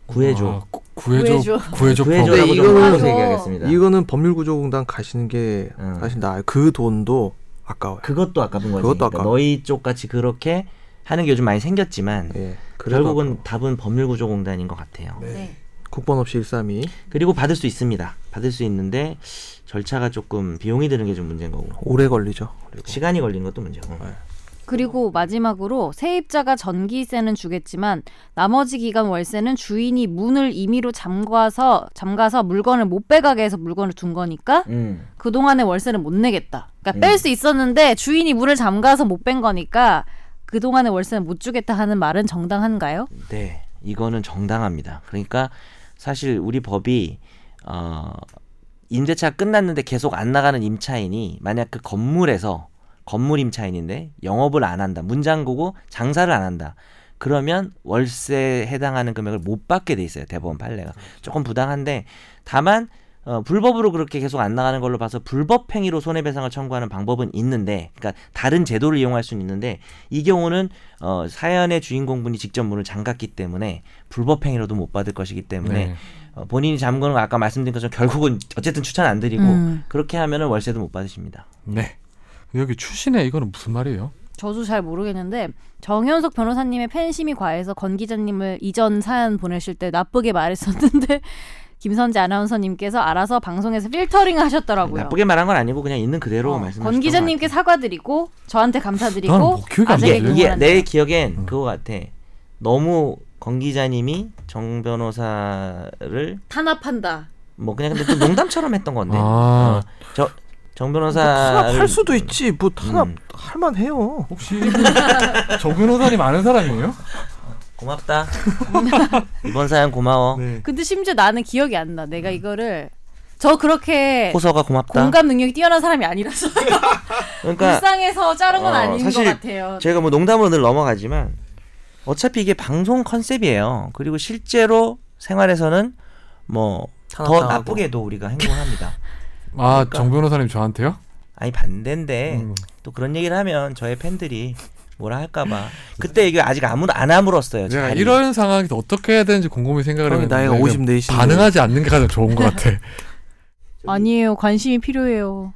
Speaker 3: 구해줘.
Speaker 1: 아, 구- 구해줘 구해줘 프로그램.
Speaker 3: 구해줘라고
Speaker 4: 근데
Speaker 3: 좀
Speaker 4: 이거는-
Speaker 3: 바꿔서 뭐 얘기하겠습니다. <laughs>
Speaker 4: 이거는 법률구조공단 가시는 게
Speaker 3: 음.
Speaker 4: 사실 나 그 돈도 아까워요.
Speaker 3: 그것도 아까운 거지.
Speaker 4: 그것도
Speaker 3: 그러니까
Speaker 4: 아까워.
Speaker 3: 너희 쪽 같이 그렇게 하는 게 요즘 많이 생겼지만
Speaker 4: 예. 그래도
Speaker 3: 결국은
Speaker 4: 아까워. 네.
Speaker 3: 답은 법률구조공단인 것 같아요.
Speaker 4: 국번 없이 132
Speaker 3: 그리고 받을 수 있습니다. 받을 수 있는데 절차가 조금 비용이 드는 게 좀 문제인 거고
Speaker 4: 오래 걸리죠. 그리고
Speaker 3: 시간이 걸리는 것도 문제고.
Speaker 5: 그리고 마지막으로 세입자가 전기세는 주겠지만 나머지 기간 월세는 주인이 문을 임의로 잠가서 잠가서 물건을 못 빼가게 해서 물건을 둔 거니까
Speaker 3: 음.
Speaker 5: 그 동안의 월세는 못 내겠다. 그러니까
Speaker 3: 음.
Speaker 5: 뺄 수 있었는데 주인이 문을 잠가서 못 뺀 거니까 그 동안의 월세는 못 주겠다 하는 말은 정당한가요?
Speaker 3: 네, 이거는 정당합니다. 그러니까 사실 우리 법이 어, 임대차 끝났는데 계속 안 나가는 임차인이 만약 그 건물에서 건물 임차인인데 영업을 안 한다, 문 잠그고 장사를 안 한다. 그러면 월세에 해당하는 금액을 못 받게 돼 있어요. 대법원 판례가 조금 부당한데 다만 어, 불법으로 그렇게 계속 안 나가는 걸로 봐서 불법 행위로 손해배상을 청구하는 방법은 있는데, 그러니까 다른 제도를 이용할 수는 있는데 이 경우는 어, 사연의 주인공분이 직접 문을 잠갔기 때문에 불법 행위로도 못 받을 것이기 때문에
Speaker 1: 네.
Speaker 3: 어, 본인이 잠그는 거 아까 말씀드린 것처럼 결국은 어쨌든 추천 안 드리고
Speaker 5: 음.
Speaker 3: 그렇게 하면은 월세도 못 받으십니다.
Speaker 1: 네. 여기 추신에 이거는 무슨 말이에요?
Speaker 5: 저도 잘 모르겠는데 정현석 변호사님의 팬심이 과해서 권 기자님을 이전 사연 보내실 때 나쁘게 말했었는데 <laughs> 김선재 아나운서님께서 알아서 방송에서 필터링 하셨더라고요.
Speaker 3: 나쁘게 말한 건 아니고 그냥 있는 그대로
Speaker 5: 어,
Speaker 3: 말씀하셨던
Speaker 5: 권 기자님께
Speaker 3: 것
Speaker 5: 사과드리고 저한테 감사드리고
Speaker 1: 나는 뭐 기억이 안
Speaker 3: 같아요.
Speaker 1: 나지.
Speaker 5: 아재개
Speaker 3: 이게, 이게
Speaker 5: 응원한다.
Speaker 3: 내 기억엔
Speaker 1: 음.
Speaker 3: 그거 같아. 너무 권 기자님이 정 변호사를
Speaker 5: 탄압한다.
Speaker 3: 뭐 그냥 근데 또 농담처럼 했던 건데.
Speaker 1: 아.
Speaker 3: 네. 어, 저정
Speaker 5: 그러니까
Speaker 3: 변호사를
Speaker 4: 탄압할 수도 있지. 뭐 탄압
Speaker 3: 음.
Speaker 4: 할 만해요.
Speaker 1: 혹시 <laughs> 정 변호사님 아는 사람이에요?
Speaker 3: 고맙다. 이번 사연 고마워.
Speaker 1: 네.
Speaker 5: 근데 심지어 나는 기억이 안 나.
Speaker 1: 음.
Speaker 5: 내가 이거를 저 그렇게
Speaker 3: 호서가 고맙다.
Speaker 5: 네. 공감 능력이 뛰어난 사람이 아니라서
Speaker 3: 그러니까
Speaker 5: <laughs> 불쌍해서 자른 건
Speaker 3: 어,
Speaker 5: 아닌
Speaker 3: 사실
Speaker 5: 것 같아요.
Speaker 3: 제가 뭐 농담으로 늘 넘어가지만 어차피 이게 방송 컨셉이에요. 그리고 실제로 생활에서는 뭐 더
Speaker 4: 탄압당하고.
Speaker 3: 나쁘게도 우리가 행동합니다.
Speaker 1: 아,
Speaker 3: 그러니까.
Speaker 1: 정 변호사님 저한테요?
Speaker 3: 아니 반대인데
Speaker 1: 음.
Speaker 3: 또 그런 얘기를 하면 저의 팬들이 뭐라
Speaker 4: <laughs>
Speaker 3: 할까봐 그때 이게 아직 아무도 안 함으로써요.
Speaker 1: 내가
Speaker 3: 자리.
Speaker 1: 네, 이런 상황이 어떻게 해야 되는지 곰곰이 생각을
Speaker 5: 그러니까
Speaker 4: 형이
Speaker 1: 했는데
Speaker 4: 나이가
Speaker 1: 그냥
Speaker 4: 54이신데
Speaker 1: 반응하지 않는 게 가장 좋은 것
Speaker 5: <laughs>
Speaker 1: 같아.
Speaker 5: 아니에요. 관심이 필요해요.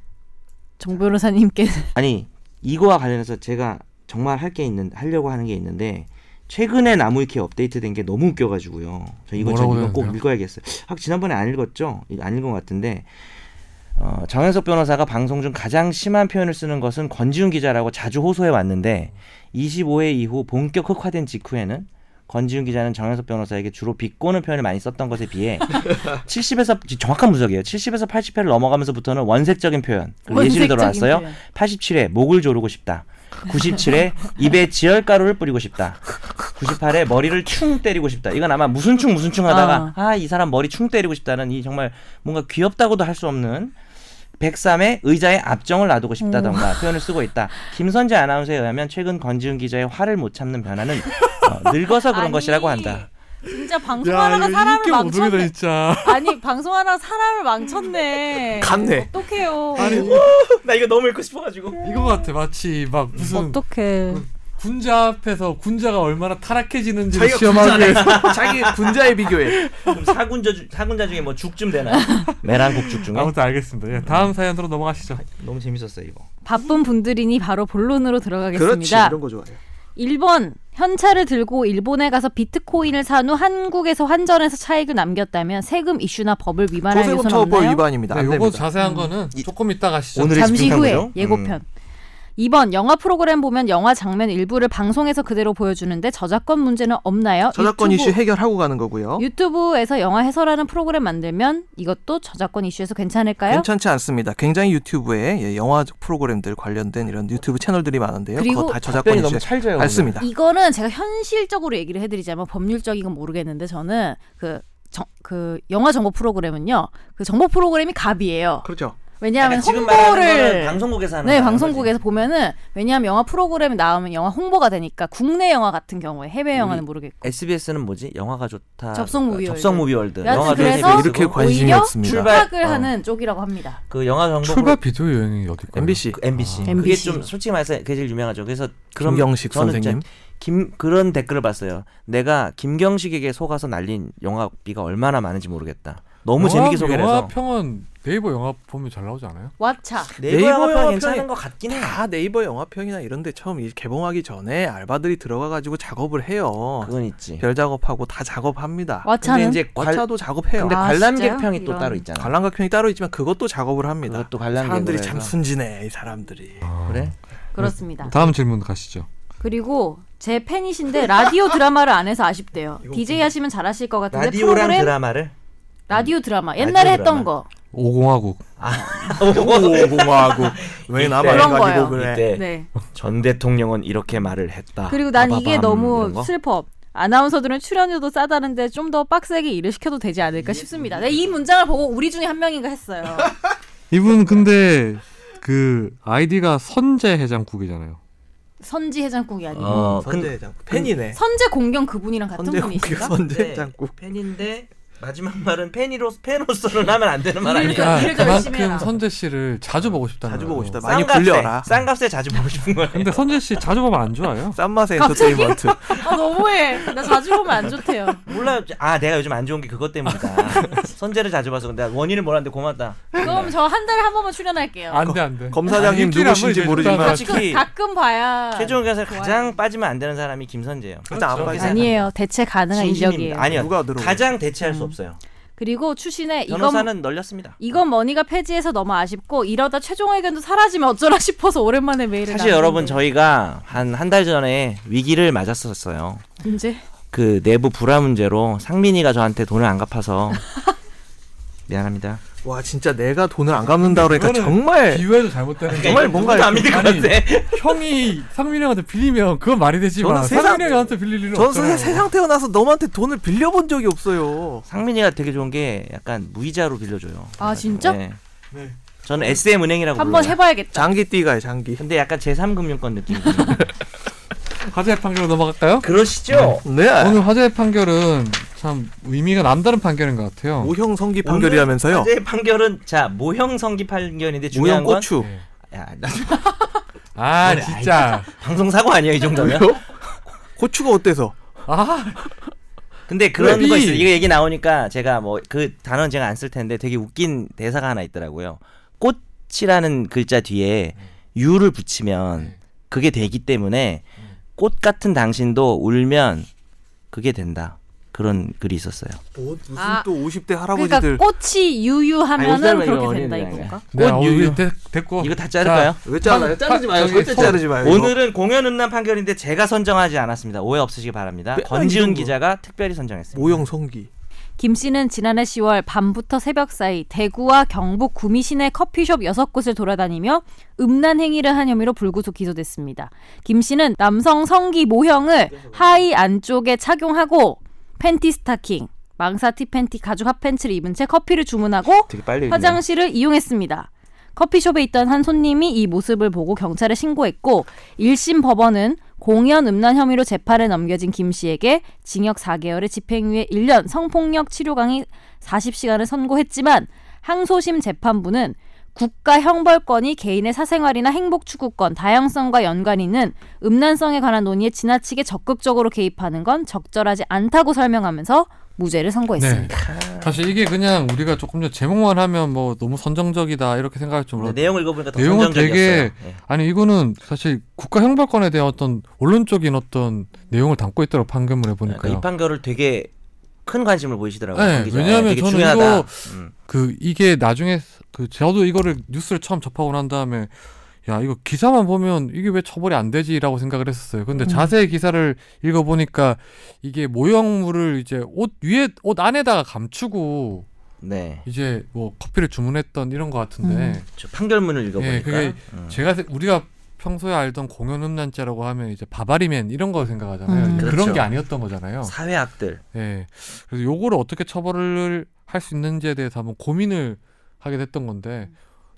Speaker 5: 정 변호사님께
Speaker 1: <laughs>
Speaker 3: 아니 이거와 관련해서 제가 정말 할 게 있는 하려고 하는 게 있는데 최근에 나무위키 업데이트된 게 너무 웃겨가지고요. 저 이거 저
Speaker 1: 뭐라고
Speaker 3: 이거 꼭
Speaker 1: 되는데요?
Speaker 3: 읽어야겠어요. 아, 지난번에 안 읽었죠? 이거 안 읽은 것 같은데 어, 정현석 변호사가 방송 중 가장 심한 표현을 쓰는 것은 권지훈 기자라고 자주 호소해 왔는데 25회 이후 본격 흑화된 직후에는 권지윤 기자는 정현석 변호사에게 주로 비꼬는 표현을 많이 썼던 것에 비해 70에서 정확한 분석이에요. 70에서 80회를 넘어가면서부터는 원색적인 표현 그리고 예시를 들어왔어요. 87회 목을 조르고 싶다. 97회 입에 지혈가루를 뿌리고 싶다. 98회 머리를 충 때리고 싶다. 이건 아마 무슨 충 무슨 충 하다가 아 이 사람 머리 충 때리고 싶다는 이 정말 뭔가 귀엽다고도 할 수 없는 103회 의자에 압정을 놔두고 싶다던가
Speaker 5: 음.
Speaker 3: 표현을 쓰고 있다. 김선재 아나운서에 의하면 최근 권지훈 기자의 화를 못 참는 변화는 어, 늙어서 그런
Speaker 2: 아니,
Speaker 3: 것이라고 한다.
Speaker 5: 진짜
Speaker 1: 야
Speaker 5: 방송하다가
Speaker 1: 이거
Speaker 5: 사람을
Speaker 1: 이게 모르겠다
Speaker 5: 망쳤네.
Speaker 1: 진짜.
Speaker 5: 아니 방송하다가 사람을
Speaker 1: <laughs>
Speaker 5: 망쳤네.
Speaker 4: 갔네.
Speaker 5: 어떡해요.
Speaker 1: 아니
Speaker 3: 나 이거 너무 읽고 싶어가지고.
Speaker 1: 이거 같아 마치 막 무슨
Speaker 5: 어떡해.
Speaker 1: 음. 군자 앞에서 군자가 얼마나 타락해지는지 를
Speaker 4: 자기가
Speaker 1: 시험하기 위해서
Speaker 5: <laughs>
Speaker 4: 자기 군자에 비교해.
Speaker 3: 그럼 사군자, 주- 사군자 중에 뭐
Speaker 5: <laughs>
Speaker 3: 죽쯤 되나? 메란국 죽 중에?
Speaker 1: 아무튼 알겠습니다. 예, 다음 사연으로 넘어가시죠.
Speaker 3: 너무 재밌었어요 이거.
Speaker 5: 바쁜 분들이니 바로 본론으로
Speaker 4: 그렇지.
Speaker 5: 들어가겠습니다.
Speaker 4: 이런 거 좋아해요.
Speaker 5: 1번 현찰을 들고 일본에 가서 비트코인을 산 후 한국에서 환전해서 차익을 남겼다면 세금 이슈나 법을 위반할 요소는
Speaker 4: 조세금처벌
Speaker 5: 없나요?
Speaker 4: 위반입니다.
Speaker 1: 네,
Speaker 4: 안
Speaker 1: 요거
Speaker 4: 됩니다.
Speaker 1: 자세한 거는
Speaker 3: 이-
Speaker 1: 조금 이따가 시죠.
Speaker 3: 오늘의
Speaker 5: 잠시
Speaker 3: 집중한
Speaker 5: 후에
Speaker 3: 거죠?
Speaker 4: 음.
Speaker 5: 예고편. 2번 영화 프로그램 보면 영화 장면 일부를 방송에서 그대로 보여주는데 저작권 문제는 없나요?
Speaker 4: 저작권
Speaker 5: 유튜브-
Speaker 4: 이슈 해결하고 가는 거고요.
Speaker 5: 유튜브에서 영화 해설하는 프로그램 만들면 이것도 저작권 이슈에서 괜찮을까요?
Speaker 4: 괜찮지 않습니다. 굉장히 유튜브에 예, 영화 프로그램들 관련된 이런 유튜브 채널들이 많은데요.
Speaker 5: 그리고
Speaker 4: 그거 다 저작권
Speaker 3: 답변이
Speaker 4: 이슈
Speaker 3: 너무 찰져요. 오늘.
Speaker 4: 맞습니다.
Speaker 5: 이거는 제가 현실적으로 얘기를 해드리자면 법률적인 건 모르겠는데 저는 그, 정- 그 영화 정보 프로그램은요 그 정보 프로그램이 갑이에요.
Speaker 4: 그렇죠.
Speaker 5: 왜냐하면
Speaker 3: 그러니까 지금 말하는 거는
Speaker 5: 홍보를
Speaker 3: 방송국에서 하는
Speaker 5: 네
Speaker 3: 거라는
Speaker 5: 방송국에서
Speaker 3: 거지.
Speaker 5: 보면은 왜냐하면 영화 프로그램이 나오면 영화 홍보가 되니까 국내 영화 같은 경우에 해외 영화는
Speaker 3: 우리
Speaker 5: 모르겠고
Speaker 3: SBS는 뭐지? 영화가 좋다. 어,
Speaker 5: 접속 무비월드.
Speaker 3: 접속 무비월드.
Speaker 5: 여하튼
Speaker 3: 네, 영화가
Speaker 5: 그래서
Speaker 3: 좋다.
Speaker 4: 이렇게
Speaker 3: 그리고
Speaker 4: 관심이
Speaker 5: 오히려
Speaker 4: 없습니다.
Speaker 3: 출발-
Speaker 5: 협박을
Speaker 3: 어.
Speaker 5: 하는 쪽이라고 합니다.
Speaker 3: 그 영화 정보
Speaker 1: 출발 비디오 여행이 어디 거예요?
Speaker 4: MBC
Speaker 3: 그 MBC.
Speaker 5: 아.
Speaker 3: 그게
Speaker 5: MBC.
Speaker 3: 좀 솔직히 말해서 그게 제일 유명하죠. 그래서 그런
Speaker 4: 김경식
Speaker 3: 저는
Speaker 4: 선생님.
Speaker 3: 진짜 김 그런 댓글을 봤어요. 내가 김경식에게 속아서 날린 영화비가 얼마나 많은지 모르겠다. 너무 재밌게 소개를
Speaker 1: 영화
Speaker 3: 해서
Speaker 1: 평은 네이버 영화 보면 잘 나오지 않아요?
Speaker 5: 왓챠
Speaker 3: 네이버,
Speaker 4: 네이버
Speaker 3: 영화
Speaker 4: 영화
Speaker 3: 평 괜찮은
Speaker 4: 평이-
Speaker 3: 것 같긴 해.
Speaker 4: 다 네이버 영화평이나 이런데 처음 일- 개봉하기 전에 알바들이 들어가가지고 작업을 해요.
Speaker 3: 그건 있지.
Speaker 4: 별 작업하고 다 작업합니다.
Speaker 5: 왓챠는?
Speaker 4: 근데 이제
Speaker 3: 관-
Speaker 4: 왓챠도 작업해요.
Speaker 3: 근데
Speaker 5: 아,
Speaker 3: 관람객
Speaker 5: 진짜요?
Speaker 3: 평이 또
Speaker 5: 이런.
Speaker 3: 따로 있잖아.
Speaker 4: 관람가평이 따로 있지만 그것도 작업을 합니다.
Speaker 3: 어. 그것도 관람객
Speaker 4: 사람들이 참 순진해 이 사람들이.
Speaker 3: 그래.
Speaker 5: 그렇습니다.
Speaker 1: 다음 질문 가시죠.
Speaker 5: 그리고 제 팬이신데 라디오 드라마를 안 해서 아쉽대요. DJ 하시면 잘하실 것 같은데
Speaker 3: 라디오랑
Speaker 5: 프로그램
Speaker 3: 드라마를
Speaker 5: 라디오 드라마 옛날에
Speaker 3: 라디오
Speaker 5: 했던
Speaker 3: 드라마.
Speaker 5: 거
Speaker 1: 오공화국.
Speaker 4: 오공하고 왜 나만
Speaker 5: 그런
Speaker 4: 해가지고
Speaker 5: 거예요.
Speaker 4: 그래.
Speaker 3: 이때
Speaker 5: 네.
Speaker 3: 전 대통령은 이렇게 말을 했다.
Speaker 5: 그리고 난 이게
Speaker 3: 빠바밤 아, 이런
Speaker 5: 너무
Speaker 3: 거?
Speaker 5: 슬퍼. 아나운서들은 출연료도 싸다는데 좀 더 빡세게 일을 시켜도 되지 않을까 싶습니다. 네, 이 문장을 보고 우리 중에 한 명인가 했어요.
Speaker 1: 이분 근데 그 아이디가 선재 해장국이잖아요.
Speaker 5: 선지 해장국이 아니고
Speaker 3: 어,
Speaker 4: 선재
Speaker 3: 근데
Speaker 4: 해장국 그 팬이네.
Speaker 5: 선제 공경 그분이랑 같은
Speaker 4: 선재 공격,
Speaker 5: 분이신가?
Speaker 4: 선재 해장국.
Speaker 3: 팬인데 마지막 말은 팬이로 팬으로서는 하면 안 되는 말
Speaker 5: 그러니까
Speaker 3: 아니야.
Speaker 5: 야, 일을 더 열심히
Speaker 1: 그만큼
Speaker 5: 해라.
Speaker 1: 선재 씨를 자주 보고 싶다는
Speaker 4: 자주
Speaker 1: 거예요.
Speaker 4: 보고 싶다. 많이
Speaker 3: 싼값에
Speaker 4: 굴려라.
Speaker 3: 싼값에 자주 보고 싶은 거야.
Speaker 1: 근데 선재 씨 자주 보면 안 좋아요.
Speaker 4: 싼 맛의
Speaker 5: 갑자기?
Speaker 4: 엔터테인먼트.
Speaker 5: <laughs> 아 너무해. 나 자주 보면 안 좋대요.
Speaker 3: 몰라. 아 내가 요즘 안 좋은 게 그것 때문이다. 선재를 자주 봐서 근데 원인을 몰랐는데 고맙다.
Speaker 5: 그럼 저 한 달에 한 번만 출연할게요.
Speaker 1: 안돼 안돼.
Speaker 4: 검사장님 누구신지 모르지만
Speaker 3: 아, 솔직히
Speaker 5: 가끔 봐야.
Speaker 3: 최종 의견에서 가장 빠지면 안 되는 사람이 김선재예요.
Speaker 4: 일단 안 빠지세요.
Speaker 5: 아니에요. 대체 가능한
Speaker 3: 그렇죠. 진심입니다.
Speaker 5: 인력이에요.
Speaker 3: 아니요.
Speaker 4: 누가 들어오게.
Speaker 3: 가장 대체할 수 없어요.
Speaker 5: 그리고 추신에 이건
Speaker 3: 변호사는 널렸습니다.
Speaker 5: 이건 머니가 폐지해서 너무 아쉽고 이러다 최종 의견도 사라지면 어쩌나 싶어서 오랜만에 메일을
Speaker 3: 사실 여러분 저희가 한 한 달 전에 위기를 맞았었어요.
Speaker 5: 이제
Speaker 3: 그 내부 불화 문제로 상민이가 저한테 돈을 안 갚아서 미안합니다.
Speaker 4: 와 진짜 내가 돈을 안 갚는다 그러니까
Speaker 1: 이거는
Speaker 4: 정말
Speaker 1: 비유해도 잘못되는 게
Speaker 4: 정말 뭔가
Speaker 3: 누구도 안 믿을 것
Speaker 1: 아니,
Speaker 3: 같아.
Speaker 1: 뭐 형이 상민이 형한테 빌리면 그건 말이 되지만
Speaker 4: 저는 세상-
Speaker 1: 상민이 형한테 빌릴 일은
Speaker 4: 저는
Speaker 1: 없잖아요.
Speaker 4: 세- 세상 태어나서 너한테 돈을 빌려본 적이 없어요.
Speaker 3: 상민이가 되게 좋은 게 약간 무이자로 빌려줘요.
Speaker 5: 아, 진짜?
Speaker 3: 네. 저는 SM 은행이라고
Speaker 5: 한번
Speaker 3: 불러요.
Speaker 5: 해봐야겠다.
Speaker 4: 장기띠가요 장기.
Speaker 3: 근데 약간 제3금융권
Speaker 5: <laughs>
Speaker 3: 느낌. 아,
Speaker 1: 화재 판결로 넘어갈까요?
Speaker 3: 그러시죠?
Speaker 4: 네.
Speaker 1: 오늘 화재 판결은 참 의미가 남다른 판결인 것 같아요.
Speaker 4: 모형 성기 네. 판결이라면서요.
Speaker 3: 어제 아, 네, 판결은 자 모형 성기 판결인데
Speaker 4: 모형
Speaker 3: 중요한 건
Speaker 4: 고추.
Speaker 3: 야, 나
Speaker 1: 아
Speaker 3: 그래,
Speaker 1: 진짜.
Speaker 3: 방송 사고 아니에요 이 정도면?
Speaker 4: 왜요? 고추가 어때서?
Speaker 1: 아
Speaker 3: 근데 그런
Speaker 1: 왜?
Speaker 3: 거 있어요. 이거 얘기 나오니까 제가 뭐 그 단어는 제가 안 쓸 텐데 되게 웃긴 대사가 하나 있더라고요. 꽃이라는 글자 뒤에 유를 붙이면 그게 되기 때문에 꽃 같은 당신도 울면 그게 된다. 그런 글이 있었어요.
Speaker 4: 옷 뭐, 무슨
Speaker 5: 아,
Speaker 4: 또 50대
Speaker 5: 그러니까
Speaker 4: 할아버지들
Speaker 5: 꽃이
Speaker 3: 아니,
Speaker 5: 유유하면은
Speaker 3: 옷
Speaker 5: 그렇게
Speaker 3: 사람
Speaker 5: 된다
Speaker 3: 이런
Speaker 5: 이건가?
Speaker 1: 네,
Speaker 4: 아,
Speaker 3: 꽃
Speaker 1: 어,
Speaker 3: 유유.
Speaker 1: 이거 데- 됐고
Speaker 3: 이거 다 자를까요?
Speaker 4: 왜 잘라요?
Speaker 1: 판-
Speaker 4: 자르지 마요.
Speaker 1: 저기
Speaker 4: 절대
Speaker 1: 손-
Speaker 4: 자르지 마요. 이거.
Speaker 3: 오늘은 공연 음란 판결인데 제가 선정하지 않았습니다. 오해 없으시기 바랍니다.
Speaker 4: 맨날
Speaker 3: 권지훈
Speaker 4: 이런 거.
Speaker 3: 기자가 특별히 선정했습니다.
Speaker 4: 모형 성기.
Speaker 5: 김 씨는 지난해 10월 밤부터 새벽 사이 대구와 경북 구미 시내 커피숍 6곳을 돌아다니며 음란 행위를 한 혐의로 불구속 기소됐습니다. 김 씨는 남성 성기 모형을 하의 안쪽에 착용하고 팬티 스타킹, 망사 티팬티 가죽 핫팬츠를 입은 채 커피를 주문하고
Speaker 3: 되게 빨리 읽네요.
Speaker 5: 화장실을 이용했습니다. 커피숍에 있던 한 손님이 이 모습을 보고 경찰에 신고했고 1심 법원은 공연 음란 혐의로 재판에 넘겨진 김 씨에게 징역 4개월에 집행유예 1년 성폭력 치료 강의 40시간을 선고했지만 항소심 재판부는 국가 형벌권이 개인의 사생활이나 행복 추구권, 다양성과 연관 있는 음란성에 관한 논의에 지나치게 적극적으로 개입하는 건 적절하지 않다고 설명하면서 무죄를 선고했습니다.
Speaker 1: 네. 사실 이게 그냥 우리가 조금 전 제목만 하면 뭐 너무 선정적이다 이렇게 생각할
Speaker 3: 네,
Speaker 1: 정도로
Speaker 3: 내용 읽어보니까 더
Speaker 1: 뭐, 내용은
Speaker 3: 선정적이었어요. 예.
Speaker 1: 아니 이거는 사실 국가 형벌권에 대한 어떤 원론적인 어떤 내용을 담고 있더라고
Speaker 4: 네,
Speaker 1: 판결문에
Speaker 3: 그러니까
Speaker 1: 보니까요.
Speaker 3: 이 판결을 되게 큰 관심을 보이시더라고요.
Speaker 1: 네,
Speaker 3: 권 기자.
Speaker 1: 왜냐하면
Speaker 3: 되게
Speaker 1: 저는
Speaker 3: 중요하다.
Speaker 1: 이거-
Speaker 3: 음.
Speaker 1: 그 이게 나중에 그 저도 이거를 뉴스를 처음 접하고 난 다음에 야 이거 기사만 보면 이게 왜 처벌이 안 되지라고 생각을 했었어요. 근데
Speaker 4: 음.
Speaker 1: 자세히 기사를 읽어 보니까 이게 모형물을 이제 옷 위에 옷 안에다가 감추고
Speaker 3: 네.
Speaker 1: 이제 뭐 커피를 주문했던 이런 것 같은데
Speaker 3: 저 판결문을 읽어보니까
Speaker 1: 예, 그게
Speaker 4: 네.
Speaker 3: 음.
Speaker 1: 제가 세- 우리가 평소에 알던 공연 음란죄라고 하면 이제 바바리맨 이런 거 생각하잖아요.
Speaker 5: 음.
Speaker 1: 그런
Speaker 4: 그렇죠.
Speaker 1: 게 아니었던 거잖아요.
Speaker 3: 사회 악들.
Speaker 1: 예. 그래서 요거를 어떻게 처벌을 할 수 있는지에 대해서 한번 고민을 하게 됐던 건데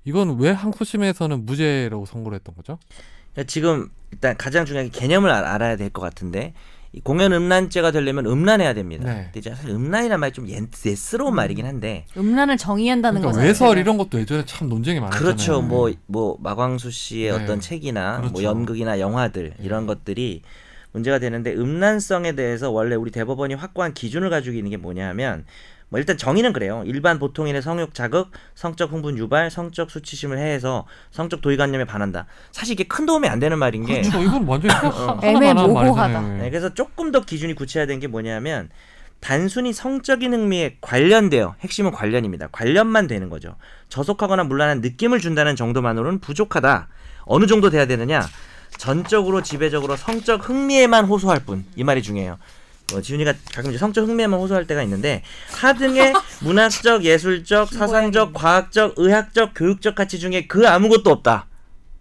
Speaker 1: 이건 왜 항소심에서는 무죄라고 선고를 했던 거죠?
Speaker 3: 그러니까 지금 일단 가장 중요한 게 개념을 알- 알아야 될 것 같은데 이 공연 음란죄가 되려면 음란해야 됩니다.
Speaker 1: 네.
Speaker 3: 근데 이제 사실 음란이란 말이 좀 옛- 옛스러운 말이긴 한데
Speaker 5: 음란을 정의한다는
Speaker 1: 그러니까
Speaker 5: 거죠. 네.
Speaker 1: 외설 이런 것도 예전에 참 논쟁이 많았잖아요. 예.
Speaker 3: 그렇죠. 뭐 뭐 마광수 씨의
Speaker 1: 네.
Speaker 3: 어떤 책이나 뭐
Speaker 1: 그렇죠. 예.
Speaker 3: 연극이나 영화들 이런 것들이 문제가 되는데 음란성에 대해서 원래 우리 대법원이 확고한 기준을 가지고 있는 게 뭐냐면 뭐 일단 정의는 그래요. 일반 보통인의 성욕 자극, 성적 흥분 유발, 성적 수치심을 해해서 성적 도의관념에 반한다. 사실 이게 큰 도움이 안 되는 말인 게
Speaker 1: 그렇죠. 이건
Speaker 5: <laughs>
Speaker 1: 완전히 하나만한
Speaker 5: 애매모호하다.
Speaker 1: 말이잖아요. 예.
Speaker 3: 네, 그래서 조금 더 기준이 구체화된 게 뭐냐면 단순히 성적인 흥미에 관련되어 핵심은 관련입니다. 관련만 되는 거죠. 저속하거나 물란한 느낌을 준다는 정도만으로는 부족하다. 어느 정도 돼야 되느냐? 전적으로 지배적으로 성적 흥미에만 호소할 뿐. 이 말이 중요해요. 어, 지훈이가 가끔 이제 성적 흥미에만 호소할 때가 있는데 하등의 문학적, 예술적, 사상적, 과학적, 의학적, 교육적 가치 중에 그 아무것도 없다.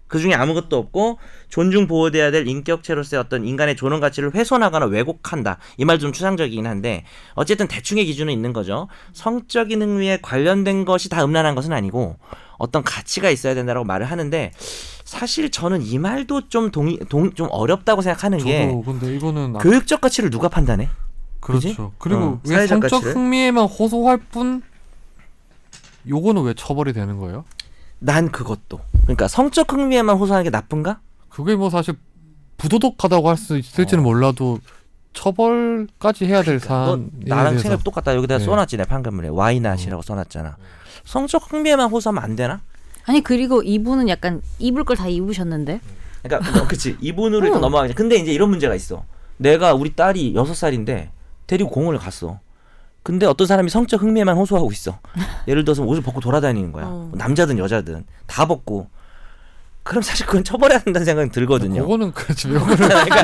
Speaker 3: 그 중에 아무것도 없고 존중 보호돼야 될 인격체로서의 어떤 인간의 존엄 가치를 훼손하거나 왜곡한다. 이 말 좀 추상적이긴 한데 어쨌든 대충의 기준은 있는 거죠. 성적인 흥미에 관련된 것이 다 음란한 것은 아니고 어떤 가치가 있어야 된다라고 말을 하는데 사실 저는 이 말도 좀 동의 동, 좀 어렵다고 생각하는 게
Speaker 1: 저도 근데 이거는 그,
Speaker 3: 교육적 가치를 누가 판단해? 그지?
Speaker 1: 그렇죠. 그리고
Speaker 3: 어,
Speaker 1: 왜
Speaker 3: 사회적
Speaker 1: 성적
Speaker 3: 가치를?
Speaker 1: 흥미에만 호소할 뿐 요거는 왜 처벌이 되는 거예요?
Speaker 3: 난 그것도. 그러니까 성적 흥미에만 호소하는 게 나쁜가?
Speaker 1: 그게 뭐 사실 부도덕하다고 할 수 있을지는
Speaker 3: 어.
Speaker 1: 몰라도 처벌까지 해야 될
Speaker 3: 너
Speaker 1: 사안에
Speaker 3: 그러니까. 뭐 나랑
Speaker 1: 대해서
Speaker 3: 생각 똑같다. 여기다
Speaker 1: 네. 어.
Speaker 3: 써놨지 내 판결문에 와이낫이라고 써놨잖아. 성적 흥미에만 호소하면 안 되나?
Speaker 5: 아니 그리고 이분은 약간 입을 걸 다 입으셨는데
Speaker 3: 그러니까 뭐, 그치 이분으로 일단
Speaker 5: 응.
Speaker 3: 넘어가겠지 근데 이제 이런 문제가 있어 내가 우리 딸이 여섯 살인데 데리고 공원을 갔어 근데 어떤 사람이 성적 흥미에만 호소하고 있어 예를 들어서 옷을 벗고 돌아다니는 거야
Speaker 5: 어.
Speaker 3: 남자든 여자든 다 벗고 그럼 사실 그건 처벌해야 한다는 생각이 들거든요
Speaker 1: 그거는
Speaker 3: <laughs>
Speaker 1: 그렇지 요거는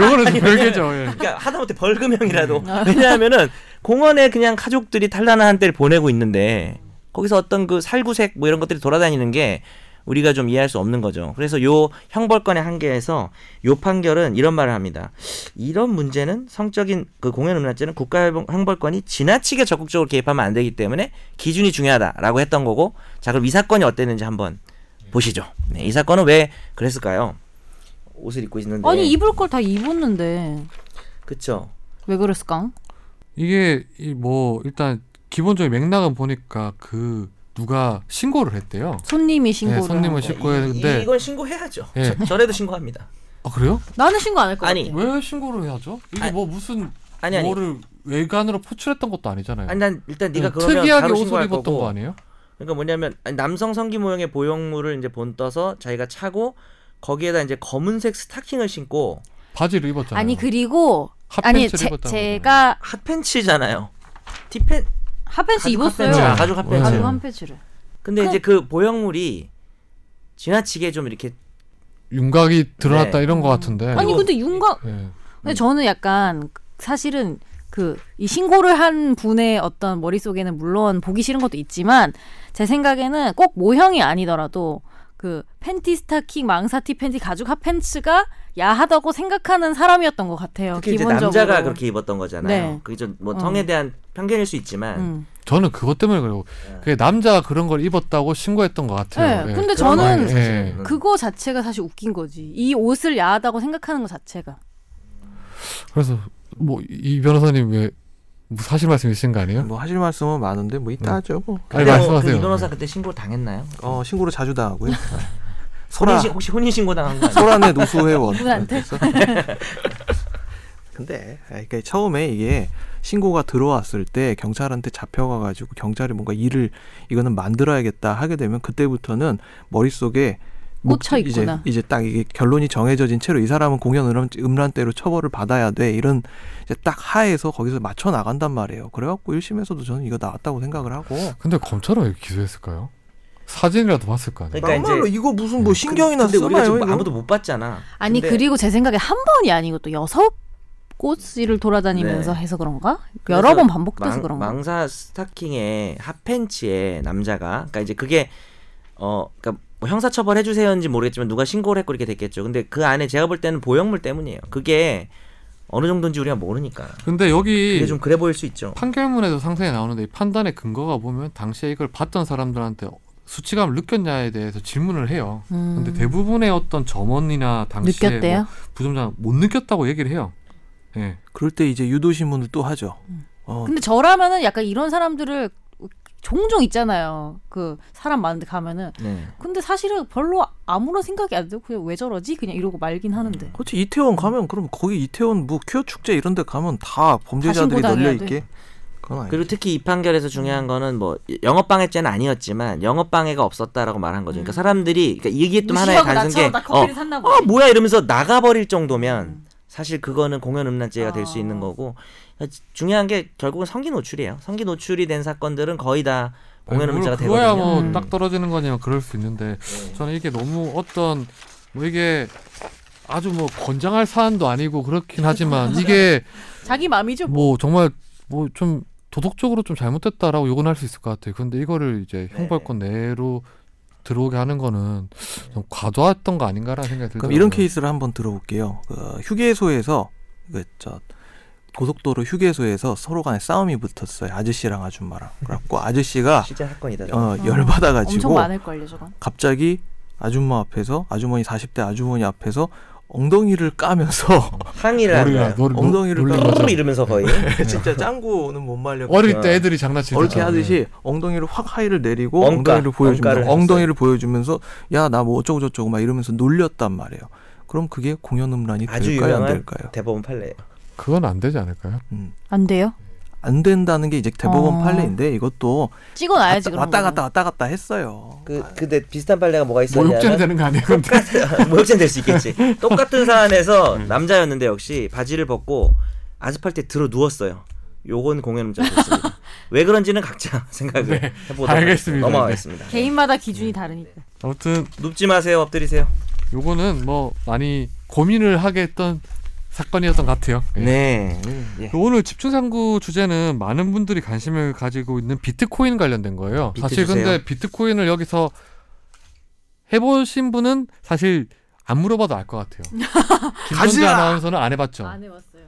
Speaker 1: 요거는 좀 별개죠. 예.
Speaker 3: 그러니까 하다못해 벌금형이라도
Speaker 5: 음. 아.
Speaker 3: 왜냐하면은 공원에 그냥 가족들이 탄란한 한때를 보내고 있는데 거기서 어떤 그 살구색 뭐 이런 것들이 돌아다니는 게 우리가 좀 이해할 수 없는 거죠. 그래서 요 형벌권의 한계에서 요 판결은 이런 말을 합니다. 이런 문제는 성적인 그 공연 음란죄는 국가 형벌권이 지나치게 적극적으로 개입하면 안 되기 때문에 기준이 중요하다라고 했던 거고 자 그럼 이 사건이 어땠는지 한번 보시죠. 네, 이 사건은 왜 그랬을까요? 옷을 입고
Speaker 1: 네.
Speaker 3: 있는데
Speaker 5: 아니 입을 걸 다 입었는데
Speaker 3: 그쵸
Speaker 5: 왜 그랬을까?
Speaker 1: 이게 이 뭐 일단 기본적인 맥락은 보니까 그 누가 신고를 했대요.
Speaker 5: 손님이 신고를
Speaker 1: 네, 손님은
Speaker 5: 하고.
Speaker 1: 신- 신고해야 되는데-
Speaker 3: 건 신고해야죠.
Speaker 1: 예.
Speaker 3: 저- 전에도 신고합니다.
Speaker 1: 아 그래요?
Speaker 5: 나는 신고 안 할 거 같아.
Speaker 3: 아니.
Speaker 1: 왜 신고를 해야죠? 이게
Speaker 3: 예. 아니,
Speaker 1: 뭐 무슨
Speaker 3: 아니 아니.
Speaker 1: 뭐를 외관으로 포출했던 것도 아니잖아요.
Speaker 3: 아니 난 일단 네가
Speaker 1: 네,
Speaker 3: 그러면
Speaker 1: 특이하게
Speaker 3: 바로
Speaker 1: 옷을
Speaker 3: 신고할
Speaker 1: 입었던
Speaker 3: 거고.
Speaker 1: 거 아니에요?
Speaker 3: 그러니까 뭐냐면 아니, 남성 성기 모형의 보형물을 이제 본떠서 자기가 차고 거기에다 이제 검은색 스타킹을 신고
Speaker 1: 바지를 입었잖아요.
Speaker 5: 아니 그리고 아니
Speaker 1: 핫팬츠를
Speaker 5: 제,
Speaker 1: 입었다는 거잖아요.
Speaker 5: 제가
Speaker 3: 핫팬츠잖아요. 티팬
Speaker 5: 핫팬츠 입었어요.
Speaker 3: 핫팬츠, 아,
Speaker 1: 네.
Speaker 3: 가죽 핫팬츠.
Speaker 5: 가죽
Speaker 1: 네.
Speaker 5: 핫팬츠를.
Speaker 3: 근데 이제 그 보형물이 지나치게 좀 이렇게
Speaker 1: 윤곽이 드러났다
Speaker 3: 네.
Speaker 1: 이런 거 같은데.
Speaker 5: 아니
Speaker 3: 그리고-
Speaker 5: 근데 윤곽
Speaker 1: 예.
Speaker 5: 근데 저는 약간 사실은 그 이 신고를 한 분의 어떤 머릿속에는 물론 보기 싫은 것도 있지만 제 생각에는 꼭 모형이 아니더라도 그 팬티 스타킹 망사티 팬티 가죽 핫팬츠가 야하다고 생각하는 사람이었던 것 같아요.
Speaker 3: 특히 이제
Speaker 5: 어, 기본적으로.
Speaker 3: 남자가 그렇게 입었던 거잖아요.
Speaker 5: 네.
Speaker 3: 그게 좀 뭐
Speaker 5: 어.
Speaker 3: 성에 대한 편견일 수 있지만
Speaker 5: 음.
Speaker 1: 저는 그것 때문에 그래요.
Speaker 3: 네.
Speaker 1: 그게 남자가 그런 걸 입었다고 신고했던 것 같아요.
Speaker 5: 네,
Speaker 1: 예.
Speaker 5: 근데
Speaker 3: 그렇죠. 그런 거
Speaker 5: 저는
Speaker 3: 아니에요, 사실은.
Speaker 5: 그거 자체가 사실 웃긴 거지. 이 옷을 야하다고 생각하는 것 자체가.
Speaker 1: 그래서 뭐 이 변호사님 왜뭐 사실 말씀 있으신 거 아니에요?
Speaker 4: 뭐 하실 말씀은 많은데 뭐
Speaker 3: 네.
Speaker 4: 이따
Speaker 1: 음.
Speaker 4: 하죠 뭐.
Speaker 1: 아니
Speaker 3: 근데 뭐
Speaker 1: 말씀하세요. 네.
Speaker 3: 그이 변호사 그때 신고 당했나요?
Speaker 4: 어 신고를 자주 당하고요. <laughs> 소라
Speaker 3: 혼인 혹시 혼인 네. 신고 당한 거 아니에요?
Speaker 4: 소란의 노수 회원.
Speaker 5: 누구한테?
Speaker 4: 그래서- 근데 아니, 그러니까 처음에 이게 신고가 들어왔을 때 경찰한테 잡혀가가지고 경찰이 뭔가 일을 이거는 만들어야겠다 하게 되면 그때부터는 머릿속에 목-
Speaker 5: 꽂혀 있구나.
Speaker 4: 이제, 이제 딱 이게 결론이 정해져진 채로 이 사람은 공연 음란, 음란죄로 처벌을 받아야 돼 이런 이제 딱 하에서 거기서 맞춰 나간단 말이에요. 그래갖고 1심에서도 저는 이거 나왔다고 생각을 하고
Speaker 1: 근데 검찰은 왜 기소했을까요? 사진이라도 봤을 거 아니에요.
Speaker 3: 그러니까
Speaker 4: 막말로
Speaker 3: 이제-
Speaker 4: 이거 무슨 뭐 신경이나
Speaker 3: 근데 우리가
Speaker 4: 쓰나요?
Speaker 3: 지금
Speaker 4: 이거?
Speaker 3: 아무도 못 봤잖아.
Speaker 5: 아니
Speaker 3: 근데
Speaker 5: 그리고 제 생각에 한 번이 아니고 또 여섯 곳을 돌아다니면서 해서 그런가?
Speaker 3: 네. 그래서
Speaker 5: 여러 번 반복돼서
Speaker 3: 망-
Speaker 5: 그런가?
Speaker 3: 망사 스타킹에 핫팬츠에 남자가 그러니까 이제 그게 어 그러니까 뭐 형사처벌 해주세요인지 모르겠지만 누가 신고를 했고 이렇게 됐겠죠. 근데 그 안에 제가 볼 때는 보형물 때문이에요. 그게 어느 정도인지 우리가 모르니까.
Speaker 1: 근데 여기
Speaker 3: 그게 좀 그래 보일 수 있죠.
Speaker 1: 판결문에도 상세히 나오는데 이 판단의 근거가 보면 당시에 이걸 봤던 사람들한테 수치감을 느꼈냐에 대해서 질문을 해요.
Speaker 5: 음.
Speaker 1: 근데 대부분의 어떤 점원이나 당시에
Speaker 5: 느꼈대요?
Speaker 1: 뭐 부점장 못 느꼈다고 얘기를 해요. 예.
Speaker 4: 그럴 때 이제 유도 신문을 또 하죠.
Speaker 5: 음.
Speaker 1: 뭐,
Speaker 4: 어,
Speaker 5: 근데 저라면은 약간 이런 사람들을 종종 있잖아요. 그 사람 많은데 가면은
Speaker 3: 네.
Speaker 5: 근데 사실은 별로 아무런 생각이 안 들고 그냥 왜 저러지 그냥 이러고 말긴 하는데.
Speaker 4: 그렇지 이태원 가면 그럼 거기 이태원 뭐 퀴어 축제 이런 데 가면 다 범죄자들이
Speaker 5: 다
Speaker 4: 널려
Speaker 5: 신고 다녀야
Speaker 4: 있게. 그건 아니.
Speaker 3: 그리고 특히 이 판결에서 중요한 거는 뭐 영업 방해죄는 아니었지만 영업 방해가 없었다라고 말한 거죠. 그러니까 사람들이 그러니까 이게 또 하나의
Speaker 2: 무시하고
Speaker 3: 단순 게
Speaker 2: 나처럼 나 커피를
Speaker 3: 어,
Speaker 2: 샀나 보네.
Speaker 3: 아 뭐야 이러면서 나가버릴 정도면 사실 그거는 공연 음란죄가 될 수
Speaker 5: 아.
Speaker 3: 있는 거고 그러니까 중요한 게 결국은 성기 노출이에요. 성기 노출이 된 사건들은 거의 다 공연
Speaker 1: 아니,
Speaker 3: 음란죄가 네.
Speaker 1: 물론 그거야
Speaker 3: 되거든요.
Speaker 1: 뭐
Speaker 5: 음.
Speaker 1: 딱 떨어지는 거냐면 그럴 수 있는데 저는 이게 너무 어떤 뭐 이게 아주 뭐 권장할 사안도 아니고 그렇긴
Speaker 3: <laughs>
Speaker 1: 하지만 이게
Speaker 5: 자기 마음이죠. 뭐.
Speaker 1: 뭐 정말 뭐 좀 도덕적으로 좀 잘못됐다라고 욕은 할 수 있을 것 같아요. 근데 이거를 이제
Speaker 4: 네.
Speaker 1: 형벌권 내로 들어오게 하는 거는 좀 과도했던 거 아닌가라는 생각이 들더라고요.
Speaker 4: 네. 그럼 이런 케이스를 한번 들어볼게요. 그 휴게소에서 그저 고속도로 휴게소에서 서로 간에 싸움이 붙었어요. 아저씨랑 아줌마랑. 그래갖고 아저씨가
Speaker 3: 실제 사건이다. 저거.
Speaker 4: 어, 열받아가지고
Speaker 5: 엄청 많을 걸요, 저건.
Speaker 4: 갑자기 아줌마 앞에서 아주머니 40대 아주머니 앞에서 엉덩이를 까면서
Speaker 3: 항의를
Speaker 1: 머리가
Speaker 3: 하는
Speaker 1: 노- 노-
Speaker 4: 엉덩이를
Speaker 1: 놀린
Speaker 4: 깎아.
Speaker 1: 거죠. <laughs>
Speaker 3: 이러면서 거의
Speaker 4: <laughs> 진짜 짱구는 못 말려.
Speaker 1: 어릴 때 애들이 장난치는
Speaker 4: 네. 어렵게
Speaker 1: 거잖아요.
Speaker 4: 하듯이 엉덩이를 확 하이를 내리고
Speaker 3: 엉까,
Speaker 4: 엉덩이를
Speaker 3: 엉까를
Speaker 4: 보여주면서
Speaker 3: 했어요.
Speaker 4: 엉덩이를 보여주면서 야 나 뭐 어쩌고 저쩌고 막 이러면서 놀렸단 말이에요. 그럼 그게 공연 음란이
Speaker 3: 아주
Speaker 4: 될까요 안
Speaker 3: 유명한
Speaker 4: 될까요?
Speaker 3: 대법원 판례예요.
Speaker 1: 그건 안 되지 않을까요?
Speaker 4: 네,
Speaker 5: 안 돼요?
Speaker 4: 안 된다는 게 이제 대법원
Speaker 5: 어.
Speaker 4: 판례인데 이것도
Speaker 5: 찍어
Speaker 4: 왔다,
Speaker 5: 놔야지 그런
Speaker 4: 왔다
Speaker 5: 거는.
Speaker 4: 갔다 왔다 갔다 했어요.
Speaker 3: 그 근데 비슷한 판례가 뭐가
Speaker 4: 네,
Speaker 1: 모욕죄는
Speaker 3: 있었냐면
Speaker 1: 되는 거 아니에요?
Speaker 4: <laughs>
Speaker 1: 근데
Speaker 3: <laughs> 모욕죄는 될 수 있겠지. 똑같은 사안에서
Speaker 1: 음.
Speaker 3: 남자였는데 역시 바지를 벗고 아스팔트에 들어 누웠어요. 요건 공연
Speaker 1: <laughs>
Speaker 3: 음죄 됐습니다. 왜 그런지는 각자 <laughs> 생각을 해보도록
Speaker 1: 네, 알겠습니다. 네.
Speaker 3: 넘어가겠습니다. 네.
Speaker 5: 개인마다 기준이 다르니까.
Speaker 1: 아무튼
Speaker 3: 눕지 마세요. 엎드리세요.
Speaker 1: 요거는 뭐 많이 고민을 하게 했던 사건이었던 것 같아요. 예.
Speaker 3: 네. 음, 예.
Speaker 1: 그 오늘 집중탐구 주제는 많은 분들이 관심을 가지고 있는 비트코인 관련된 거예요.
Speaker 3: 비트
Speaker 1: 사실
Speaker 3: 주세요.
Speaker 1: 근데 비트코인을 여기서 해보신 분은 사실 안 물어봐도 알
Speaker 3: <laughs>
Speaker 1: 것 같아요. 김선재
Speaker 4: 가지야!
Speaker 1: 아나운서는 안 해봤죠.
Speaker 5: 안 해봤어요.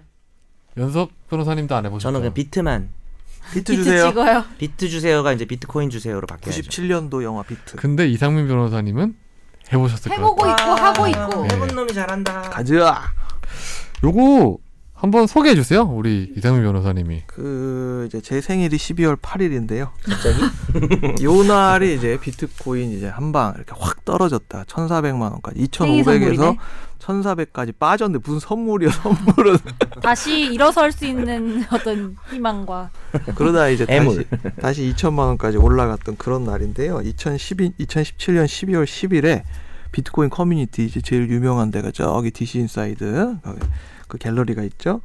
Speaker 1: 연석 변호사님도 안 해보셨죠.
Speaker 3: 저는 그냥 비트만
Speaker 4: 비트
Speaker 5: 비트
Speaker 4: 주세요.
Speaker 5: 찍어요.
Speaker 3: 비트 주세요가 이제 비트코인 주세요로 바뀌어야죠.
Speaker 4: 97년도 영화
Speaker 3: 그
Speaker 4: 비트.
Speaker 1: 근데 이상민 변호사님은 해보셨을 것 같아요.
Speaker 5: 해보고 있고 뭐 하고 있고.
Speaker 1: 네.
Speaker 3: 해본 놈이 잘한다.
Speaker 4: 가즈아.
Speaker 1: 요거 한번 소개해 주세요. 우리 이상민 변호사님이.
Speaker 4: 그 이제 제 생일이 12월 8일인데요. 갑자기? <laughs> 요 날이 이제 비트코인 이제 한 방 이렇게 확 떨어졌다. 1,400만 원까지.
Speaker 5: 생일
Speaker 4: 2,500에서
Speaker 5: 선물이네.
Speaker 4: 1,400까지 빠졌는데 무슨 선물이야 선물은.
Speaker 1: 네.
Speaker 5: 다시 일어설 수 있는 <laughs> 어떤 희망과
Speaker 4: 그러다 이제 다시
Speaker 3: 애물.
Speaker 4: 다시 2천만 원까지 올라갔던 그런 날인데요. 2012 2017년 12월 10일에 비트코인 커뮤니티 이제 제일 유명한 데가 저기 DC 인사이드 거기 그 갤러리가 있죠.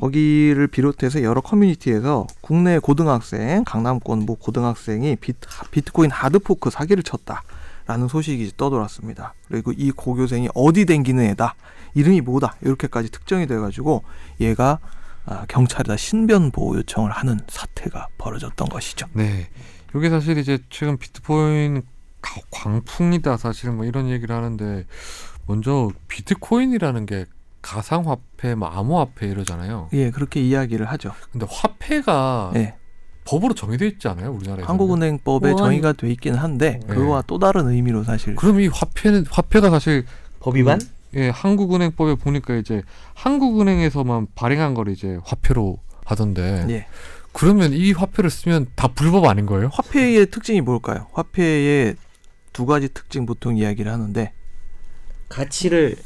Speaker 4: 거기를 비롯해서 여러 커뮤니티에서 국내 고등학생 강남권 뭐 고등학생이 비트, 비트코인 하드포크 사기를 쳤다라는 소식이 떠돌았습니다. 그리고 이 고교생이 어디 댕기는 애다 이름이 뭐다 이렇게까지 특정이 돼가지고 얘가 아, 경찰에다 신변 보호 요청을 하는 사태가 벌어졌던 것이죠.
Speaker 1: 네. 이게 사실 이제 최근 비트코인 가- 광풍이다 사실은 뭐 이런 얘기를 하는데 먼저 비트코인이라는 게 가상화폐, 뭐 암호화폐 이러잖아요.
Speaker 4: 예, 그렇게 이야기를 하죠.
Speaker 1: 근데 화폐가
Speaker 4: 예,
Speaker 1: 법으로 정해져 있지 않아요, 우리나라에서?
Speaker 4: 한국은행법에
Speaker 2: 원.
Speaker 4: 정의가 돼 있긴 한데
Speaker 1: 네.
Speaker 4: 그거와 또 다른 의미로 사실
Speaker 1: 그럼 이 화폐는 화폐가 사실
Speaker 3: 법 위반?
Speaker 1: 예, 한국은행법에 보니까 이제 한국은행에서만 발행한 걸 이제 화폐로 하던데
Speaker 4: 예.
Speaker 1: 그러면 이 화폐를 쓰면 다 불법 아닌 거예요?
Speaker 4: 화폐의 특징이 뭘까요? 화폐의 두 가지 특징 보통 이야기를 하는데
Speaker 3: 가치를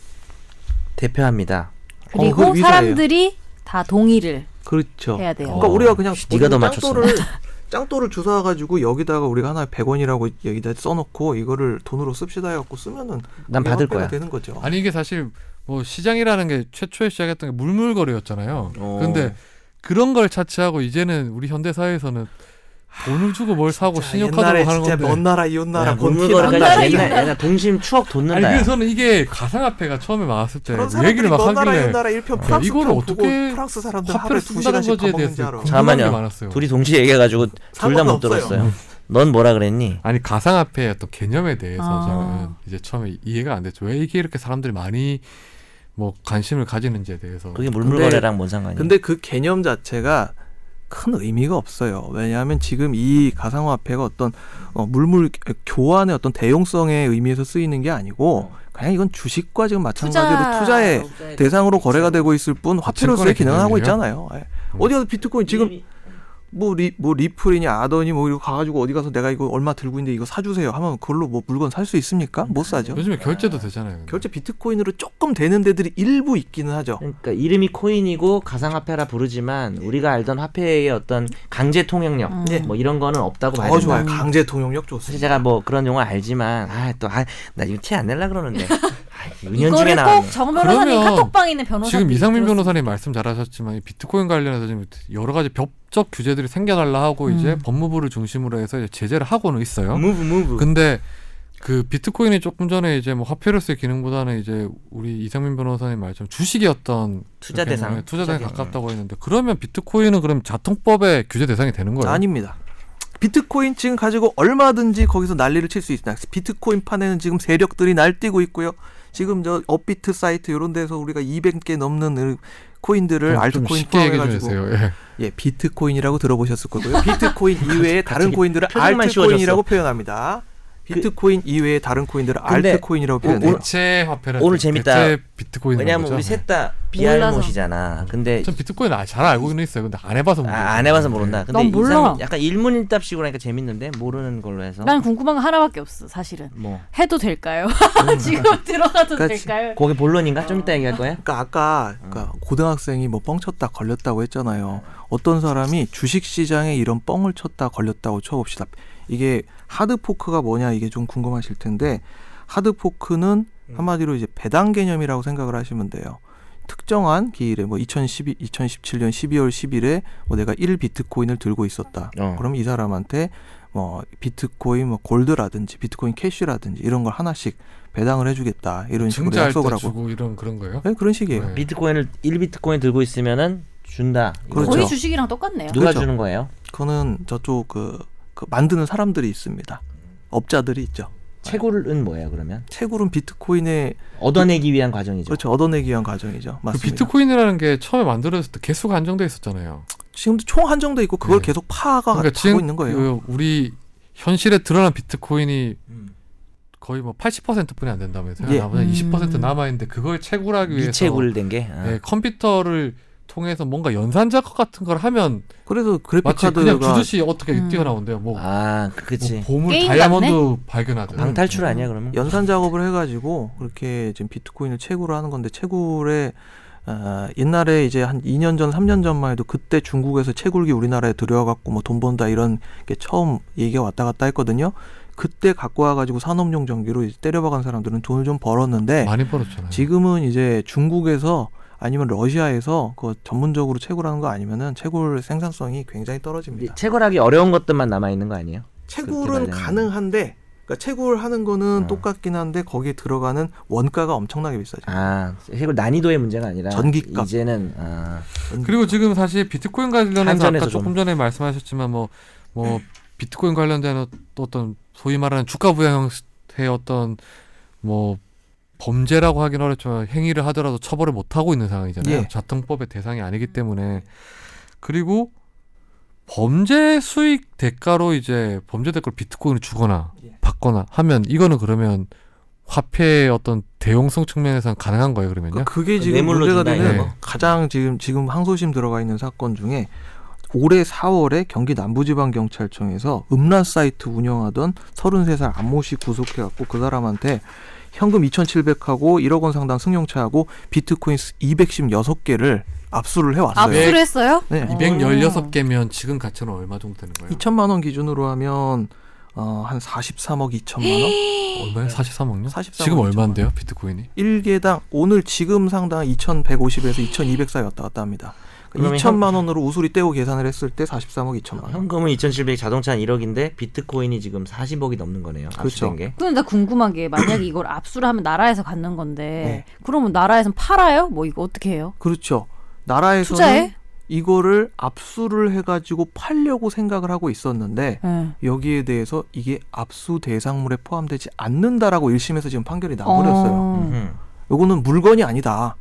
Speaker 3: 대표합니다.
Speaker 5: 그리고
Speaker 4: 어, 그거 위자예요.
Speaker 5: 사람들이 다 동의를
Speaker 4: 그렇죠.
Speaker 5: 해야 돼요.
Speaker 4: 그러니까
Speaker 1: 어.
Speaker 4: 우리가 그냥
Speaker 3: 씨, 네가 더
Speaker 4: 짱돌을 짱돌을 주사 가지고 여기다가 우리가 하나 100원이라고 여기다 써놓고 이거를 돈으로 씁시다 해갖고 쓰면은
Speaker 3: 난
Speaker 4: 그게
Speaker 3: 받을
Speaker 4: 화폐가
Speaker 3: 거야.
Speaker 4: 되는 거죠.
Speaker 1: 어. 아니 이게 사실 뭐 시장이라는 게 최초에 시작했던 게 물물거래였잖아요.
Speaker 3: 어.
Speaker 1: 근데 그런 걸 차치하고 이제는 우리 현대 사회에서는 돈을 주고 뭘 사고
Speaker 4: 자,
Speaker 1: 신용카드로
Speaker 4: 옛날에
Speaker 1: 하는
Speaker 4: 진짜
Speaker 1: 건데.
Speaker 4: 먼 나라 이웃 나라
Speaker 3: 야,
Speaker 4: 본티라
Speaker 3: 물물거래까지
Speaker 2: 나라
Speaker 3: 옛날
Speaker 1: <laughs>
Speaker 3: 옛날 동심 추억
Speaker 1: 아니
Speaker 3: 돋는다. 야.
Speaker 1: 그래서는 이게 가상화폐가 처음에 나왔을 때
Speaker 4: 네, 그런
Speaker 1: 그 얘기를
Speaker 4: 사람들이
Speaker 1: 막
Speaker 4: 먼 나라 네, 이웃
Speaker 1: 하길래
Speaker 4: 나라 일편
Speaker 1: 야,
Speaker 4: 프랑스
Speaker 1: 이거를
Speaker 4: 편
Speaker 1: 어떻게
Speaker 4: 보고 프랑스 사람들 하루에
Speaker 1: 화폐를
Speaker 4: 두
Speaker 1: 쓴다는
Speaker 4: 시간씩 밥
Speaker 1: 거지에
Speaker 4: 먹는지
Speaker 1: 대해서
Speaker 4: 알아.
Speaker 1: 궁금한 게
Speaker 3: 잠깐만요.
Speaker 1: 많았어요.
Speaker 3: 둘이 동시에 얘기해가지고 둘 다 못
Speaker 4: 상관없어요.
Speaker 3: 들었어요. <laughs> 넌 뭐라 그랬니?
Speaker 1: 아니 가상화폐의 어떤 개념에 대해서
Speaker 5: 아.
Speaker 1: 저는 이제 처음에 이해가 안 됐죠. 왜 이게 이렇게 사람들이 많이 뭐 관심을 가지는지에 대해서
Speaker 3: 그게 물물거래랑 뭔 상관이야?
Speaker 4: 근데 그 개념 자체가 큰 의미가 없어요. 왜냐하면 지금 이 가상화폐가 어떤 어, 물물 교환의 어떤 대용성의 의미에서 쓰이는 게 아니고 그냥 이건 주식과 지금 마찬가지로
Speaker 5: 투자.
Speaker 4: 투자의 네, 그렇죠. 그 대상으로 거래가 되고 있을 뿐 화폐로서의
Speaker 1: 증권의
Speaker 4: 기능을 하고
Speaker 1: 개념이에요?
Speaker 4: 있잖아요. 예. 어디 가서 비트코인 지금 뭐, 리, 뭐 리플이니 아더니 뭐 이거 가가지고 어디 가서 내가 이거 얼마 들고 있는데 이거 사주세요 하면 그걸로 뭐 물건 살 수 있습니까? 못 사죠.
Speaker 1: 요즘에 결제도 되잖아요. 근데.
Speaker 4: 결제 비트코인으로 조금 되는 데들이 일부 있기는 하죠.
Speaker 3: 그러니까 이름이 코인이고 가상화폐라 부르지만 우리가 알던 화폐의 어떤 강제 통용력
Speaker 5: 음.
Speaker 4: 예.
Speaker 3: 뭐 이런 거는 없다고 봐야
Speaker 4: 어
Speaker 3: 된다.
Speaker 4: 좋아요. 강제 통용력
Speaker 3: 사실
Speaker 4: 좋습니다.
Speaker 3: 제가 뭐 그런 용어 알지만 아 또 아 나 이거 티 안 낼라
Speaker 5: <laughs>
Speaker 3: 그러는데 아,
Speaker 5: 이거를
Speaker 3: 은연중에 나왔네.
Speaker 5: 꼭정 변호사님
Speaker 1: 그러면
Speaker 5: 카톡방에 있는 변호사
Speaker 1: 지금 이상민 변호사님 말씀 잘하셨지만 이 비트코인 관련해서 지금 여러 가지 법적 규제들이 생겨날라 하고 이제
Speaker 5: 음.
Speaker 1: 법무부를 중심으로 해서 이제 제재를 하고는 있어요.
Speaker 3: 무브 무브.
Speaker 1: 근데 그 비트코인이 조금 전에 이제 뭐 화폐로서의 기능보다는 이제 우리 이상민 변호사님 말처럼 주식이었던
Speaker 3: 투자
Speaker 1: 그 개념에
Speaker 3: 대상.
Speaker 1: 투자 대상에
Speaker 3: 투자 대상.
Speaker 1: 가깝다고 했는데 그러면 비트코인은 그럼 자통법의 규제 대상이 되는 거예요?
Speaker 4: 아닙니다. 비트코인 지금 가지고 얼마든지 거기서 난리를 칠 수 있습니다. 비트코인 판에는 지금 세력들이 날뛰고 있고요. 지금 저 업비트 사이트 이런 데서 우리가 200개 넘는 을- 코인들을
Speaker 1: 어, 좀
Speaker 4: 알트코인
Speaker 1: 쉽게 얘기해
Speaker 4: 포함해가지고
Speaker 1: 주세요. 예.
Speaker 4: 예 비트코인이라고 들어보셨을 거고요. 비트코인 이외의 다른
Speaker 3: 갑자기
Speaker 4: 코인들을
Speaker 3: 표정만
Speaker 4: 알트코인이라고 표현합니다. 비트코인 이외의 다른 코인들을
Speaker 3: 근데
Speaker 4: 알트코인이라고
Speaker 1: 어,
Speaker 3: 오- 오-
Speaker 4: 표현해요.
Speaker 1: 대체 화폐라
Speaker 3: 오늘 재밌다.
Speaker 1: 대체 비트코인
Speaker 3: 왜냐하면 우리 셋 다 비알못이잖아. 근데
Speaker 1: 전 비트코인 아- 잘 알고는 있어요. 근데 안 해봐서
Speaker 3: 아,
Speaker 1: 모르겠어요.
Speaker 3: 안 해봐서 모른다.
Speaker 1: 네.
Speaker 3: 근데
Speaker 5: 난 몰라.
Speaker 3: 이상은 약간 일문일답식으로 하니까 재밌는데 모르는 걸로 해서
Speaker 5: 난 궁금한 거 하나밖에 없어 사실은.
Speaker 3: 뭐
Speaker 5: 해도 될까요? <laughs> 지금 들어가도
Speaker 4: 음. 그러니까
Speaker 5: 될까요?
Speaker 3: 거기 본론인가? 좀 이따 얘기할 거야?
Speaker 4: 그러니까 아까 그러니까
Speaker 1: 음.
Speaker 4: 고등학생이 뭐 뻥쳤다 걸렸다고 했잖아요. 어떤 사람이 주식 시장에 이런 뻥을 쳤다 걸렸다고 쳐봅시다. 이게 하드 포크가 뭐냐 이게 좀 궁금하실 텐데 하드 포크는
Speaker 1: 음.
Speaker 4: 한마디로 이제 배당 개념이라고 생각을 하시면 돼요. 특정한 기일에 뭐 2012, 2017년 12월 10일에 뭐 내가 1 비트코인을 들고 있었다.
Speaker 3: 어.
Speaker 4: 그럼 이 사람한테 뭐 비트코인 뭐 골드라든지 비트코인 캐시라든지 이런 걸 하나씩 배당을 해주겠다 이런 식으로
Speaker 1: 증자할
Speaker 4: 네, 약속을
Speaker 1: 때
Speaker 4: 하고
Speaker 1: 주고 이런 그런 거예요?
Speaker 4: 네, 그런 식이에요.
Speaker 1: 네.
Speaker 3: 비트코인을 1비트코인 들고 있으면은 준다. 이거.
Speaker 4: 그렇죠.
Speaker 5: 거의 주식이랑 똑같네요.
Speaker 3: 누가
Speaker 4: 그렇죠.
Speaker 3: 주는 거예요?
Speaker 4: 그거는 저쪽 그, 그 만드는 사람들이 있습니다. 업자들이 있죠.
Speaker 3: 채굴은 뭐예요, 그러면?
Speaker 4: 채굴은 비트코인의
Speaker 3: 얻어내기 위한 과정이죠.
Speaker 4: 그렇죠 얻어내기 위한 과정이죠.
Speaker 1: 그
Speaker 4: 맞습니다.
Speaker 1: 비트코인이라는 게 처음에 만들어졌을 때 개수가 한정돼 있었잖아요.
Speaker 4: 지금도 총 한정돼 있고 그걸
Speaker 1: 네.
Speaker 4: 계속 아, 파가
Speaker 1: 그러니까
Speaker 4: 하고
Speaker 1: 지금
Speaker 4: 있는
Speaker 1: 그
Speaker 4: 거예요.
Speaker 1: 우리 현실에 드러난 비트코인이
Speaker 3: 음.
Speaker 1: 거의 뭐 80%뿐이 안 된다면서요.
Speaker 4: 예.
Speaker 1: 나머지
Speaker 5: 음.
Speaker 1: 20% 남아 있는데 그걸 채굴하기 위해서
Speaker 3: 미채굴된 게. 아.
Speaker 1: 예, 컴퓨터를 통해서 뭔가 연산 작업 같은 걸 하면
Speaker 4: 그래서
Speaker 1: 마치 그냥
Speaker 4: 그래픽카드가
Speaker 1: 주듯이 어떻게
Speaker 5: 음.
Speaker 1: 뛰어나온대요. 뭐,
Speaker 3: 아, 그-
Speaker 1: 뭐
Speaker 3: 그치.
Speaker 1: 보물
Speaker 5: 게임
Speaker 1: 다이아몬드 발견하든
Speaker 3: 방탈출 아니야, 그러면?
Speaker 4: 연산 작업을 해가지고 그렇게 지금 비트코인을 채굴을 하는 건데 채굴에 어, 옛날에 이제 한 2년 전, 3년 전만 해도 그때 중국에서 채굴기 우리나라에 들여와갖고 뭐 돈 번다 이런 게 처음 얘기가 왔다 갔다 했거든요. 그때 갖고 와가지고 산업용 전기로 이제 때려박은 사람들은 돈을 좀 벌었는데
Speaker 1: 많이 벌었잖아요.
Speaker 4: 지금은 이제 중국에서 아니면 러시아에서 그 전문적으로 채굴하는 거 아니면은 채굴 생산성이 굉장히 떨어집니다.
Speaker 3: 채굴하기 어려운 것들만 남아 있는 거 아니에요?
Speaker 4: 채굴은
Speaker 3: 그렇게 말하면.
Speaker 4: 가능한데 그러니까 채굴하는 거는
Speaker 3: 아.
Speaker 4: 똑같긴 한데 거기에 들어가는 원가가 엄청나게 비싸죠.
Speaker 3: 아, 채굴 난이도의 문제가 아니라
Speaker 4: 전기값.
Speaker 3: 이제는 아,
Speaker 4: 음.
Speaker 1: 그리고 지금 사실 비트코인 관련해서 아까
Speaker 3: 한전에서
Speaker 1: 조금
Speaker 3: 좀.
Speaker 1: 전에 말씀하셨지만 뭐 뭐 비트코인 관련된 또 어떤 소위 말하는 주가 부양의 어떤 뭐 범죄라고 하긴 어렵지만 행위를 하더라도 처벌을 못 하고 있는 상황이잖아요.
Speaker 4: 예.
Speaker 1: 자통법의 대상이 아니기 때문에 그리고 범죄 수익 대가로 이제 범죄 대가로 비트코인을 주거나
Speaker 4: 예.
Speaker 1: 받거나 하면 이거는 그러면 화폐의 어떤 대용성 측면에서는 가능한 거예요 그러면요?
Speaker 4: 그게 지금
Speaker 3: 뇌물로
Speaker 4: 문제가
Speaker 3: 준다
Speaker 4: 되는
Speaker 1: 이런 거?
Speaker 4: 가장 지금 지금 항소심 들어가 있는 사건 중에 올해 4월에 경기 남부지방경찰청에서 음란 사이트 운영하던 33살 안모 씨 구속해갖고 그 사람한테 현금 2,700하고 1억 원 상당 승용차하고 비트코인 216개를 압수를 해왔어요.
Speaker 1: 네.
Speaker 5: 압수했어요?
Speaker 4: 네.
Speaker 1: 216개면 지금 가치는 얼마 정도 되는 거예요?
Speaker 4: 2천만 원 기준으로 하면 어, 한 43억 2천만 원?
Speaker 1: 어, 얼마요? 43억요?
Speaker 4: 43억
Speaker 1: 지금
Speaker 4: 이죠.
Speaker 1: 얼마인데요, 비트코인이?
Speaker 4: 1개당 오늘 지금 상당 2,150에서 2,200 사이 왔다 갔다 합니다.
Speaker 3: 그러면
Speaker 4: 2천만 원으로 우수리 떼고 계산을 했을 때 43억 2천만 원.
Speaker 3: 현금은 2,700, 자동차는 1억인데 비트코인이 지금 40억이 넘는 거네요.
Speaker 4: 그렇죠.
Speaker 3: 압수된 게.
Speaker 5: 근데 나 궁금한 게 만약에 이걸 압수를 하면 나라에서 갖는 건데
Speaker 4: 네.
Speaker 5: 그러면 나라에선 팔아요? 뭐 이거 어떻게 해요?
Speaker 4: 그렇죠. 나라에서는
Speaker 5: 투자해?
Speaker 4: 이거를 압수를 해가지고 팔려고 생각을 하고 있었는데
Speaker 5: 예.
Speaker 4: 여기에 대해서 이게 압수 대상물에 포함되지 않는다라고 1심에서 지금 판결이 나버렸어요.
Speaker 5: 어.
Speaker 3: 음.
Speaker 4: 요거는 물건이 아니다.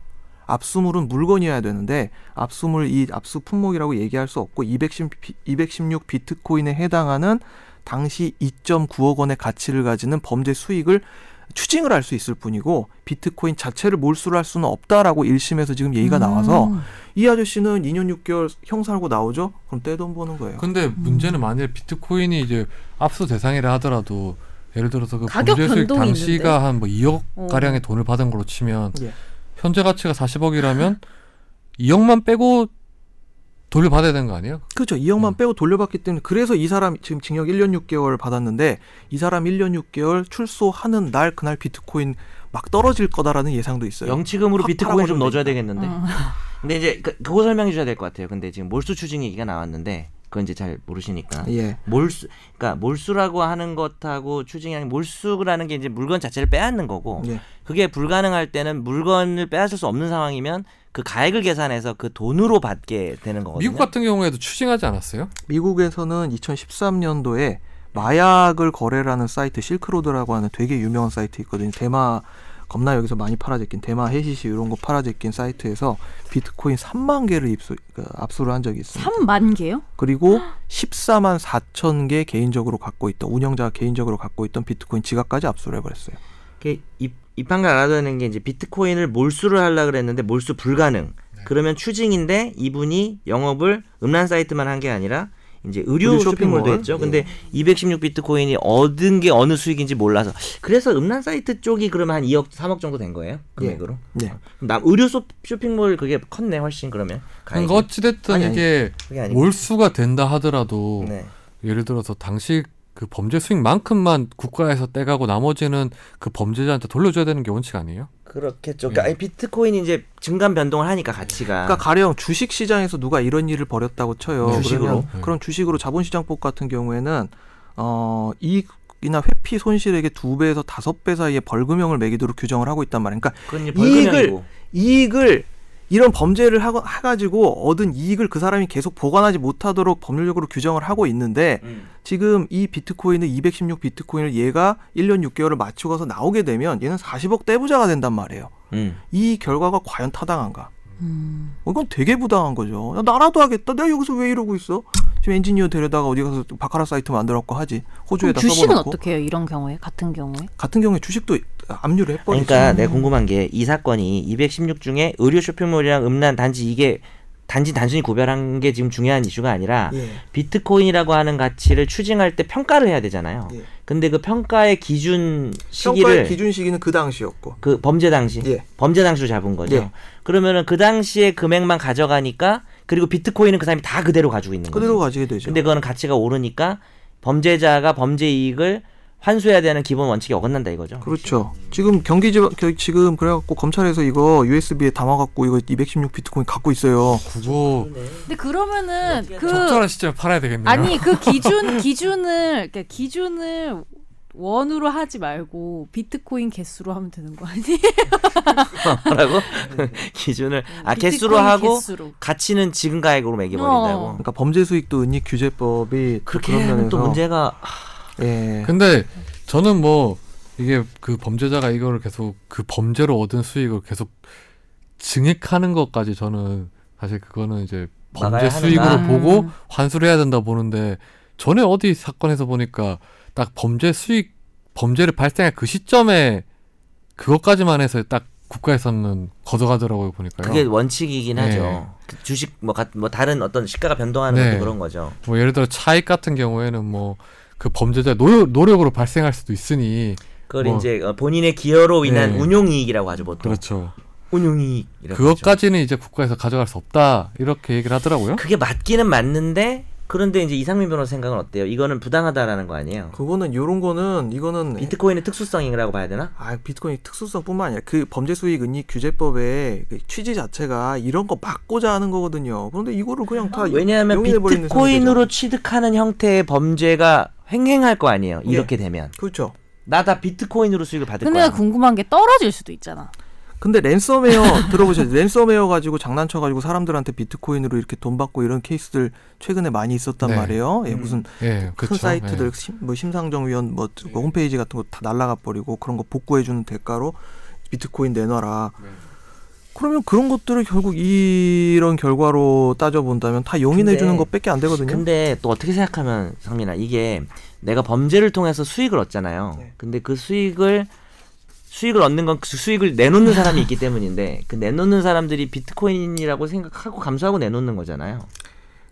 Speaker 4: 압수물은 물건이어야 되는데 압수물 이 압수 품목이라고 얘기할 수 없고 210, 216 비트코인에 해당하는 당시 2.9억 원의 가치를 가지는 범죄 수익을 추징을 할 수 있을 뿐이고 비트코인 자체를 몰수를 할 수는 없다라고 1심에서 지금 얘기가 나와서
Speaker 5: 음.
Speaker 4: 이 아저씨는 2년 6개월 형사하고 나오죠? 그럼 떼돈 버는 거예요.
Speaker 1: 근데 문제는 만일 비트코인이 이제 압수 대상이라 하더라도 예를 들어서 그
Speaker 5: 가격
Speaker 1: 범죄 수익
Speaker 5: 변동이
Speaker 1: 당시가 한 뭐 2억
Speaker 5: 어.
Speaker 1: 가량의 돈을 받은 걸로 치면
Speaker 4: 예.
Speaker 1: 현재 가치가 40억이라면 <laughs> 2억만 빼고 돌려받아야 되는 거 아니에요?
Speaker 4: 그렇죠.
Speaker 1: 음.
Speaker 4: 2억만 빼고 돌려받기 때문에 그래서 이 사람 지금 징역 1년 6개월 받았는데 이 사람 1년 6개월 출소하는 날 그날 비트코인 막 떨어질 거다라는 예상도 있어요.
Speaker 3: 영치금으로
Speaker 4: 팍
Speaker 3: 비트코인
Speaker 4: 네. 팔아버리면
Speaker 3: 좀 넣어줘야
Speaker 4: 되니까.
Speaker 3: 되겠는데.
Speaker 5: 어.
Speaker 3: <laughs> 근데 이제 그, 그거 설명해 주셔야 될 것 같아요. 근데 지금 몰수 추징 얘기가 나왔는데 그건 이제 잘 모르시니까.
Speaker 4: 예.
Speaker 3: 몰수, 그러니까 몰수라고 하는 것하고 추징이라는 몰수라는 게 이제 물건 자체를 빼앗는 거고
Speaker 4: 예.
Speaker 3: 그게 불가능할 때는 물건을 빼앗을 수 없는 상황이면 그 가액을 계산해서 그 돈으로 받게 되는 거거든요.
Speaker 1: 미국 같은 경우에도 추징하지 않았어요?
Speaker 4: 미국에서는 2013년도에 마약을 거래라는 사이트 실크로드라고 하는 되게 유명한 사이트 있거든요. 대마 겁나 여기서 많이 팔아제낀 대마 해시시 이런 거 팔아제낀 사이트에서 비트코인 3만 개를 입수, 그, 압수를 한 적이 있습니다.
Speaker 5: 3만 개요?
Speaker 4: 그리고 14만 4천 개 개인적으로 갖고 있던 운영자가 개인적으로 갖고 있던 비트코인 지갑까지 압수를 해버렸어요.
Speaker 3: 이게 입, 입항을 안 하려는 게 이제 비트코인을 몰수를 하려고 그랬는데 몰수 불가능. 그러면 추징인데 이분이 영업을 음란 사이트만 한 게 아니라 이제 의류,
Speaker 4: 의류 쇼핑몰.
Speaker 3: 쇼핑몰도 했죠. 근데 216 비트코인이 얻은 게 어느 수익인지 몰라서 그래서 음란 사이트 쪽이 그러면 한 2억, 3억 정도 된 거예요 금액으로.
Speaker 4: 네.
Speaker 3: 그럼 남 의류 쇼- 쇼핑몰 그게 컸네 훨씬 그러면. 가액이.
Speaker 1: 그러니까 어찌됐든
Speaker 4: 아니, 아니.
Speaker 1: 이게
Speaker 3: 그게 아니고.
Speaker 1: 몰수가 된다 하더라도
Speaker 3: 네.
Speaker 1: 예를 들어서 당시 그 범죄 수익만큼만 국가에서 떼가고 나머지는 그 범죄자한테 돌려줘야 되는 게 원칙 아니에요?
Speaker 3: 그렇겠죠. 그러니까 아니, 비트코인이 이제 증감 변동을 하니까 가치가.
Speaker 4: 그러니까 가령 주식 시장에서 누가 이런 일을 벌였다고 쳐요.
Speaker 1: 네,
Speaker 3: 아. 주식으로.
Speaker 4: 그러면
Speaker 1: 네.
Speaker 4: 그럼 주식으로 자본시장법 같은 경우에는 어 이익이나 회피 손실액의 두 배에서 다섯 배 사이에 벌금형을 매기도록 규정을 하고 있단 말이에요. 그러니까
Speaker 3: 그건 이제
Speaker 4: 이익을-
Speaker 3: 벌금형이고.
Speaker 4: 이익을 이런 범죄를 하고 해가지고 얻은 이익을 그 사람이 계속 보관하지 못하도록 법률적으로 규정을 하고 있는데
Speaker 3: 음.
Speaker 4: 지금 이 비트코인을 216 비트코인을 얘가 1년 6개월을 맞추고서 나오게 되면 얘는 40억 떼부자가 된단 말이에요.
Speaker 3: 음.
Speaker 4: 이 결과가 과연 타당한가?
Speaker 5: 음.
Speaker 4: 어, 이건 되게 부당한 거죠. 야, 나라도 하겠다. 내가 여기서 왜 이러고 있어? 지금 엔지니어 데려다가 어디 가서 바카라 사이트 만들었고 하지.
Speaker 5: 그럼
Speaker 4: 호주에다
Speaker 5: 주식은
Speaker 4: 써버놓고
Speaker 5: 어떻게 해요? 이런 경우에 같은 경우에?
Speaker 4: 같은 경우에 주식도 압류를 해버리죠.
Speaker 3: 그러니까
Speaker 5: 음.
Speaker 3: 내가 궁금한 게 이 사건이 216 중에 의류 쇼핑몰이랑 음란 단지 이게 단지 단순히 구별한 게 지금 중요한 이슈가 아니라
Speaker 4: 예.
Speaker 3: 비트코인이라고 하는 가치를 추징할 때 평가를 해야 되잖아요.
Speaker 4: 예.
Speaker 3: 근데 그 평가의 기준
Speaker 4: 평가의
Speaker 3: 시기를
Speaker 4: 기준 시기는 그 당시였고.
Speaker 3: 그 범죄 당시
Speaker 4: 예.
Speaker 3: 범죄 당시로 잡은 거죠.
Speaker 4: 예.
Speaker 3: 그러면은 그 당시에 금액만 가져가니까 그리고 비트코인은 그 사람이 다 그대로 가지고 있는 거죠.
Speaker 4: 그대로 가지게 되죠.
Speaker 3: 근데 그거는 가치가 오르니까 범죄자가 범죄 이익을 환수해야 되는 기본 원칙이 어긋난다 이거죠.
Speaker 4: 그렇죠. 지금 경기지 겨- 지금 그래갖고 검찰에서 이거 USB에 담아갖고 이거 216 비트코인 갖고 있어요.
Speaker 1: 구구
Speaker 5: 근데 그러면은
Speaker 4: 네.
Speaker 5: 그
Speaker 1: 적절한 시점에 팔아야 되겠네요.
Speaker 5: 아니 그 기준 기준을 그러니까 기준을 원으로 하지 말고 비트코인 개수로 하면 되는 거 아니에요?
Speaker 3: 라고 <laughs> 기준을
Speaker 5: <laughs>
Speaker 3: 아
Speaker 5: 비트코인
Speaker 3: 개수로 하고
Speaker 5: 개수로.
Speaker 3: 가치는 지금 가액으로 매겨버린다고.
Speaker 5: 어.
Speaker 4: 그러니까 범죄 수익도 은닉 규제법이 또
Speaker 3: 그렇게
Speaker 4: 그런
Speaker 3: 하면
Speaker 4: 면에서
Speaker 3: 또 문제가 아, 그
Speaker 4: 예.
Speaker 1: 근데 저는 뭐 이게 그 범죄자가 이거를 계속 그 범죄로 얻은 수익을 계속 증액하는 것까지 저는 사실 그거는 이제 범죄
Speaker 3: 막아야
Speaker 1: 수익으로
Speaker 5: 하는구나.
Speaker 1: 보고
Speaker 5: 음.
Speaker 1: 환수를 해야 된다 보는데 전에 어디 사건에서 보니까 딱 범죄 수익 범죄를 발생할 그 시점에 그것까지만 해서 딱 국가에서는 걷어가더라고요 보니까요.
Speaker 3: 그게 원칙이긴
Speaker 1: 네.
Speaker 3: 하죠. 그 주식 뭐, 가- 뭐 다른 어떤 시가가 변동하는
Speaker 1: 네.
Speaker 3: 것도 그런 거죠.
Speaker 1: 뭐 예를 들어 차익 같은 경우에는 뭐 그 범죄자 노력, 노력으로 발생할 수도 있으니
Speaker 3: 그걸
Speaker 1: 뭐.
Speaker 3: 이제 어, 본인의 기여로 인한
Speaker 1: 네.
Speaker 3: 운용이익이라고 하죠 보통.
Speaker 1: 그렇죠.
Speaker 4: 네,
Speaker 3: 운용이익이라고. 하죠.
Speaker 1: 그것까지는 이제 국가에서 가져갈 수 없다 이렇게 얘기를 하더라고요.
Speaker 3: 그게 맞기는 맞는데 그런데 이제 이상민 변호사 생각은 어때요? 이거는 부당하다라는 거 아니에요?
Speaker 4: 그거는 요런 거는 이거는
Speaker 3: 비트코인의 특수성이라고 봐야 되나?
Speaker 4: 아 비트코인 특수성뿐만 아니라 그 범죄 수익 은닉 규제법의 그 취지 자체가 이런 거 막고자 하는 거거든요. 그런데 이거를 그냥 다
Speaker 3: 왜냐하면
Speaker 4: 용인해버리는
Speaker 3: 비트코인으로 취득하는 형태의 범죄가 횡행할 거 아니에요.
Speaker 4: 예.
Speaker 3: 이렇게 되면
Speaker 4: 그렇죠.
Speaker 3: 나 다 비트코인으로 수익을 받을
Speaker 5: 근데
Speaker 3: 거야.
Speaker 5: 궁금한 게 떨어질 수도 있잖아.
Speaker 4: 근데
Speaker 3: <laughs>
Speaker 4: 랜섬웨어 들어보셨죠? 랜섬웨어 가지고 장난쳐 가지고 사람들한테 비트코인으로 이렇게 돈 받고 이런 케이스들 최근에 많이 있었단
Speaker 1: 네.
Speaker 4: 말이에요. 예,
Speaker 3: 음.
Speaker 4: 무슨
Speaker 1: 예, 그렇죠.
Speaker 4: 큰 사이트들 심, 뭐 심상정 위원 뭐그 홈페이지 같은 거 다 날라가 버리고 그런 거 복구해 주는 대가로 비트코인 내놔라. 그러면 그런 것들을 결국 이런 결과로 따져 본다면 다 용인해
Speaker 3: 근데-
Speaker 4: 주는 것밖에 안 되거든요.
Speaker 3: 근데 또 어떻게 생각하면 성민아 이게 내가 범죄를 통해서 수익을 얻잖아요.
Speaker 4: 네.
Speaker 3: 근데 그 수익을 수익을 얻는 건 그 수익을 내놓는 사람이 있기 때문인데 그 내놓는 사람들이 비트코인이라고 생각하고 감수하고 내놓는 거잖아요.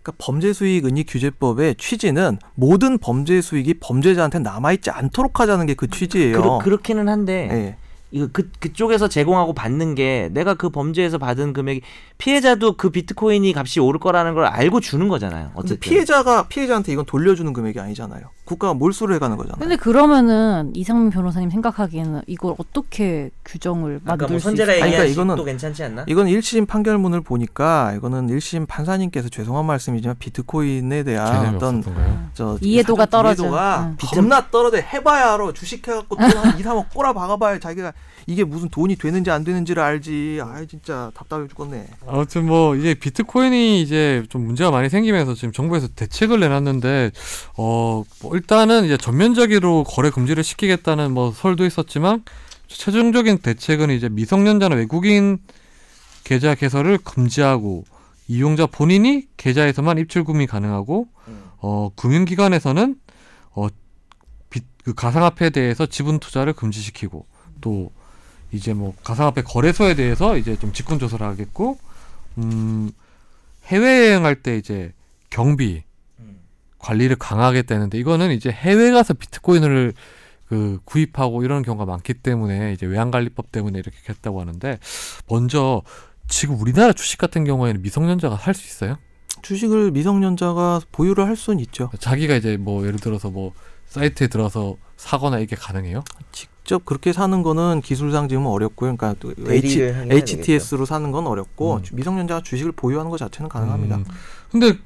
Speaker 4: 그러니까 범죄 수익 은닉 규제법의 취지는 모든 범죄 수익이 범죄자한테 남아 있지 않도록 하자는 게 그 취지예요.
Speaker 3: 그러, 그렇기는 한데
Speaker 4: 예.
Speaker 3: 이거 그 그쪽에서 제공하고 받는 게 내가 그 범죄에서 받은 금액이 피해자도 그 비트코인이 값이 오를 거라는 걸 알고 주는 거잖아요.
Speaker 4: 근데
Speaker 3: 어쨌든
Speaker 4: 피해자가 피해자한테 이건 돌려주는 금액이 아니잖아요. 국가가 몰수를 해가는 거잖아요.
Speaker 5: 근데 그러면은 이상민 변호사님 생각하기에는 이걸 어떻게 규정을
Speaker 3: 뭐
Speaker 5: 만들 아, 수 있을까?
Speaker 4: 얘기한 그러니까 이거는- 식도
Speaker 3: 괜찮지 않나?
Speaker 4: 이건 1심 판결문을 보니까 이거는 1심 판사님께서 죄송한 말씀이지만 비트코인에 대한 어떤 음.
Speaker 1: 어떤가요?
Speaker 4: 저
Speaker 5: 이해도가
Speaker 4: 사전
Speaker 5: 떨어져.
Speaker 4: 이해도가
Speaker 5: 응.
Speaker 4: 겁나 떨어져 해봐야로 주식해갖고 돈한 2, 3억 꼬라 박아봐야 자기가 이게 무슨 돈이 되는지 안 되는지를 알지 아 진짜 답답해 죽겠네
Speaker 1: 아무튼 뭐 이제 비트코인이 이제 좀 문제가 많이 생기면서 지금 정부에서 대책을 내놨는데 어뭐 일단은 이제 전면적으로 거래 금지를 시키겠다는 뭐 설도 있었지만 최종적인 대책은 이제 미성년자나 외국인 계좌 개설을 금지하고 이용자 본인이 계좌에서만 입출 금이 가능하고
Speaker 4: 음.
Speaker 1: 어 금융기관에서는 어 빚- 그 가상화폐에 대해서 지분 투자를 금지시키고 또 이제 뭐 가상화폐 거래소에 대해서 이제 좀 직권 조사를 하겠고 음 해외 여행할 때 이제 경비
Speaker 4: 음.
Speaker 1: 관리를 강하게 떼는데 이거는 이제 해외 가서 비트코인을 그 구입하고 이런 경우가 많기 때문에 이제 외환관리법 때문에 이렇게 했다고 하는데 먼저 지금 우리나라 주식 같은 경우에는 미성년자가 살 수 있어요?
Speaker 4: 주식을 미성년자가 보유를 할 수는 있죠
Speaker 1: 자기가 이제 뭐 예를 들어서 뭐 사이트에 들어서 사거나 이게 가능해요?
Speaker 4: 직접 그렇게 사는 거는 기술상 지금 어렵고요 그러니까 또 H,
Speaker 3: 대리를 하긴 해야
Speaker 4: HTS로 사는 건 어렵고
Speaker 1: 음.
Speaker 4: 주- 미성년자가 주식을 보유하는 것 자체는 가능합니다
Speaker 1: 음, 근데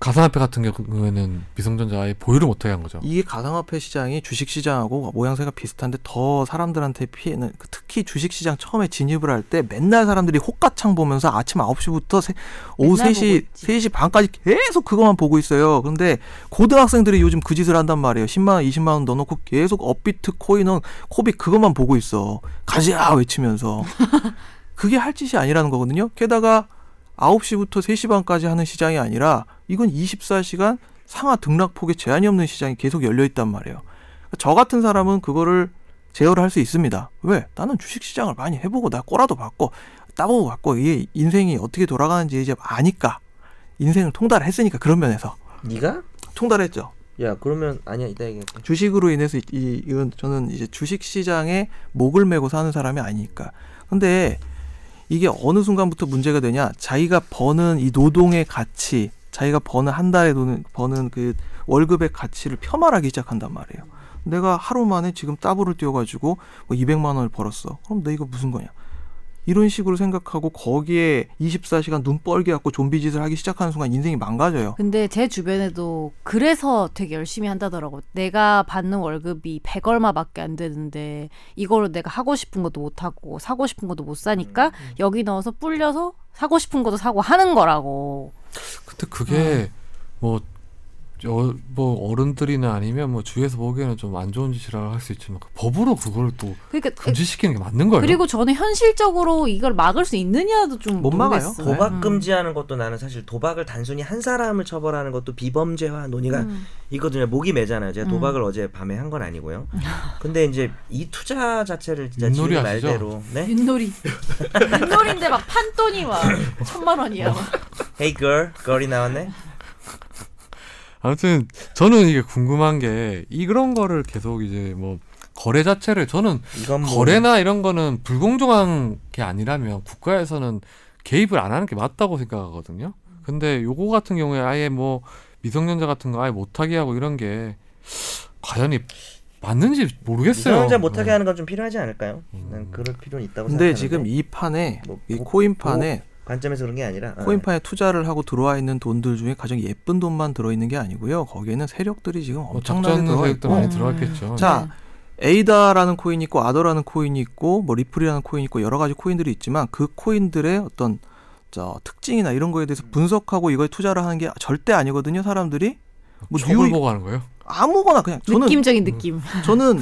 Speaker 1: 가상화폐 같은 경우에는 미성년자 아예 보유를 못하게 한 거죠.
Speaker 4: 이게 가상화폐 시장이 주식 시장하고 모양새가 비슷한데 더 사람들한테 피해는 그 특히 주식 시장 처음에 진입을 할 때 맨날 사람들이 호가창 보면서 아침 9시부터 세, 오후
Speaker 5: 맨날 보고
Speaker 4: 3시
Speaker 5: 있지.
Speaker 4: 3시 반까지 계속 그것만 보고 있어요. 근데 고등학생들이 요즘 그 짓을 한단 말이에요. 10만 원, 20만 원 넣어 놓고 계속 업비트 코인은 코빅 그것만 보고 있어. 가지야
Speaker 5: <laughs>
Speaker 4: 외치면서. 그게 할 짓이 아니라는 거거든요. 게다가 9시부터 3시 반까지 하는 시장이 아니라 이건 24시간 상하 등락폭에 제한이 없는 시장이 계속 열려 있단 말이에요. 그러니까 저 같은 사람은 그거를 제어를 할 수 있습니다. 왜? 나는 주식 시장을 많이 해보고 나 꼬라도 받고 따보고 받고 이게 인생이 어떻게 돌아가는지 이제 아니까 인생을 통달했으니까 그런 면에서
Speaker 3: 네가?
Speaker 4: 통달했죠.
Speaker 3: 야 그러면 아니야 이따
Speaker 1: 네?
Speaker 3: 얘기할게.
Speaker 4: 주식으로 인해서 이, 이- 이건 저는 이제 주식 시장에 목을 메고 사는 사람이 아니니까. 근데 이게 어느 순간부터 문제가 되냐? 자기가 버는 이 노동의 가치, 자기가 버는 한 달에 도는 버는 그 월급의 가치를 폄하하기 시작한단 말이에요. 내가 하루 만에 지금 따블을 뛰어가지고 뭐 200만 원을 벌었어. 그럼 너 이거 무슨 거냐? 이런 식으로 생각하고 거기에 24시간 눈 뻘게 갖고 좀비 짓을 하기 시작하는 순간 인생이 망가져요.
Speaker 5: 근데 제 주변에도 그래서 되게 열심히 한다더라고. 내가 받는 월급이 100 얼마밖에 안 되는데 이걸로 내가 하고 싶은 것도 못 하고 사고 싶은 것도 못
Speaker 3: 음,
Speaker 5: 사니까 여기 넣어서 불려서 사고 싶은 것도 사고 하는 거라고.
Speaker 1: 근데 그게
Speaker 4: 아.
Speaker 1: 뭐, 여, 뭐 어른들이나 아니면 뭐 주위에서 보기에는 좀 안 좋은 짓이라 할 수 있지만 그 법으로 그걸 또
Speaker 5: 그러니까
Speaker 1: 금지시키는 게 맞는 거예요.
Speaker 5: 그리고 저는 현실적으로 이걸 막을 수 있느냐도 좀
Speaker 4: 못 막아요.
Speaker 5: 모르겠어요.
Speaker 1: 음.
Speaker 3: 도박 금지하는 것도 나는 사실 도박을 단순히 한 사람을 처벌하는 것도 비범죄화 논의가
Speaker 5: 음.
Speaker 3: 있거든요. 목이 매잖아요. 제가
Speaker 5: 음.
Speaker 3: 도박을 어제 밤에 한 건
Speaker 1: <laughs>
Speaker 3: 아니고요. 근데 이제 이 투자 자체를 진짜
Speaker 1: 윷놀이
Speaker 3: 지금
Speaker 1: 아시죠?
Speaker 3: 말대로 네,
Speaker 5: 윷놀이.
Speaker 2: 윷놀인데 막 판돈이 막 천만 원이야.
Speaker 3: hey girl, girl이 나왔네.
Speaker 1: 아무튼 저는 이게 궁금한 게 이런 거를 계속 이제 뭐 거래 자체를 저는
Speaker 3: 이건 뭐
Speaker 1: 거래나 이런 거는 불공정한 게 아니라면 국가에서는 개입을 안 하는 게 맞다고 생각하거든요. 근데 요거 같은 경우에 아예 뭐 미성년자 같은 거 아예 못하게 하고 이런 게 과연 이 맞는지 모르겠어요.
Speaker 3: 미성년자 못하게
Speaker 1: 네. 음.
Speaker 3: 하는 건 좀 필요하지 않을까요? 난 그럴 필요는 있다고
Speaker 4: 근데
Speaker 3: 생각하는데
Speaker 4: 지금 이 판에
Speaker 3: 뭐,
Speaker 4: 이
Speaker 3: 뭐,
Speaker 4: 코인판에
Speaker 3: 관점에서 그런 게 아니라 아,
Speaker 4: 네. 코인판에 투자를 하고 들어와 있는 돈들 중에 가장 예쁜 돈만 들어 있는 게 아니고요. 거기에는 세력들이 지금
Speaker 1: 뭐
Speaker 4: 엄청나게
Speaker 1: 작전
Speaker 4: 들어
Speaker 1: 세력도
Speaker 4: 있고
Speaker 1: 많이 들어갔겠죠.
Speaker 4: 자,
Speaker 5: 네.
Speaker 4: 에이다라는 코인이 있고 아더라는 코인이 있고 뭐 리플이라는 코인이 있고 여러 가지 코인들이 있지만 그 코인들의 어떤 저 특징이나 이런 거에
Speaker 1: 음.
Speaker 4: 대해서 분석하고 이거에 투자를 하는 게 절대 아니거든요. 사람들이 뭐
Speaker 1: 촉을
Speaker 4: 뉴욕-
Speaker 1: 보고 하는 거예요?
Speaker 4: 아무거나 그냥 저는 음.
Speaker 5: 느낌적인 느낌. <laughs>
Speaker 4: 저는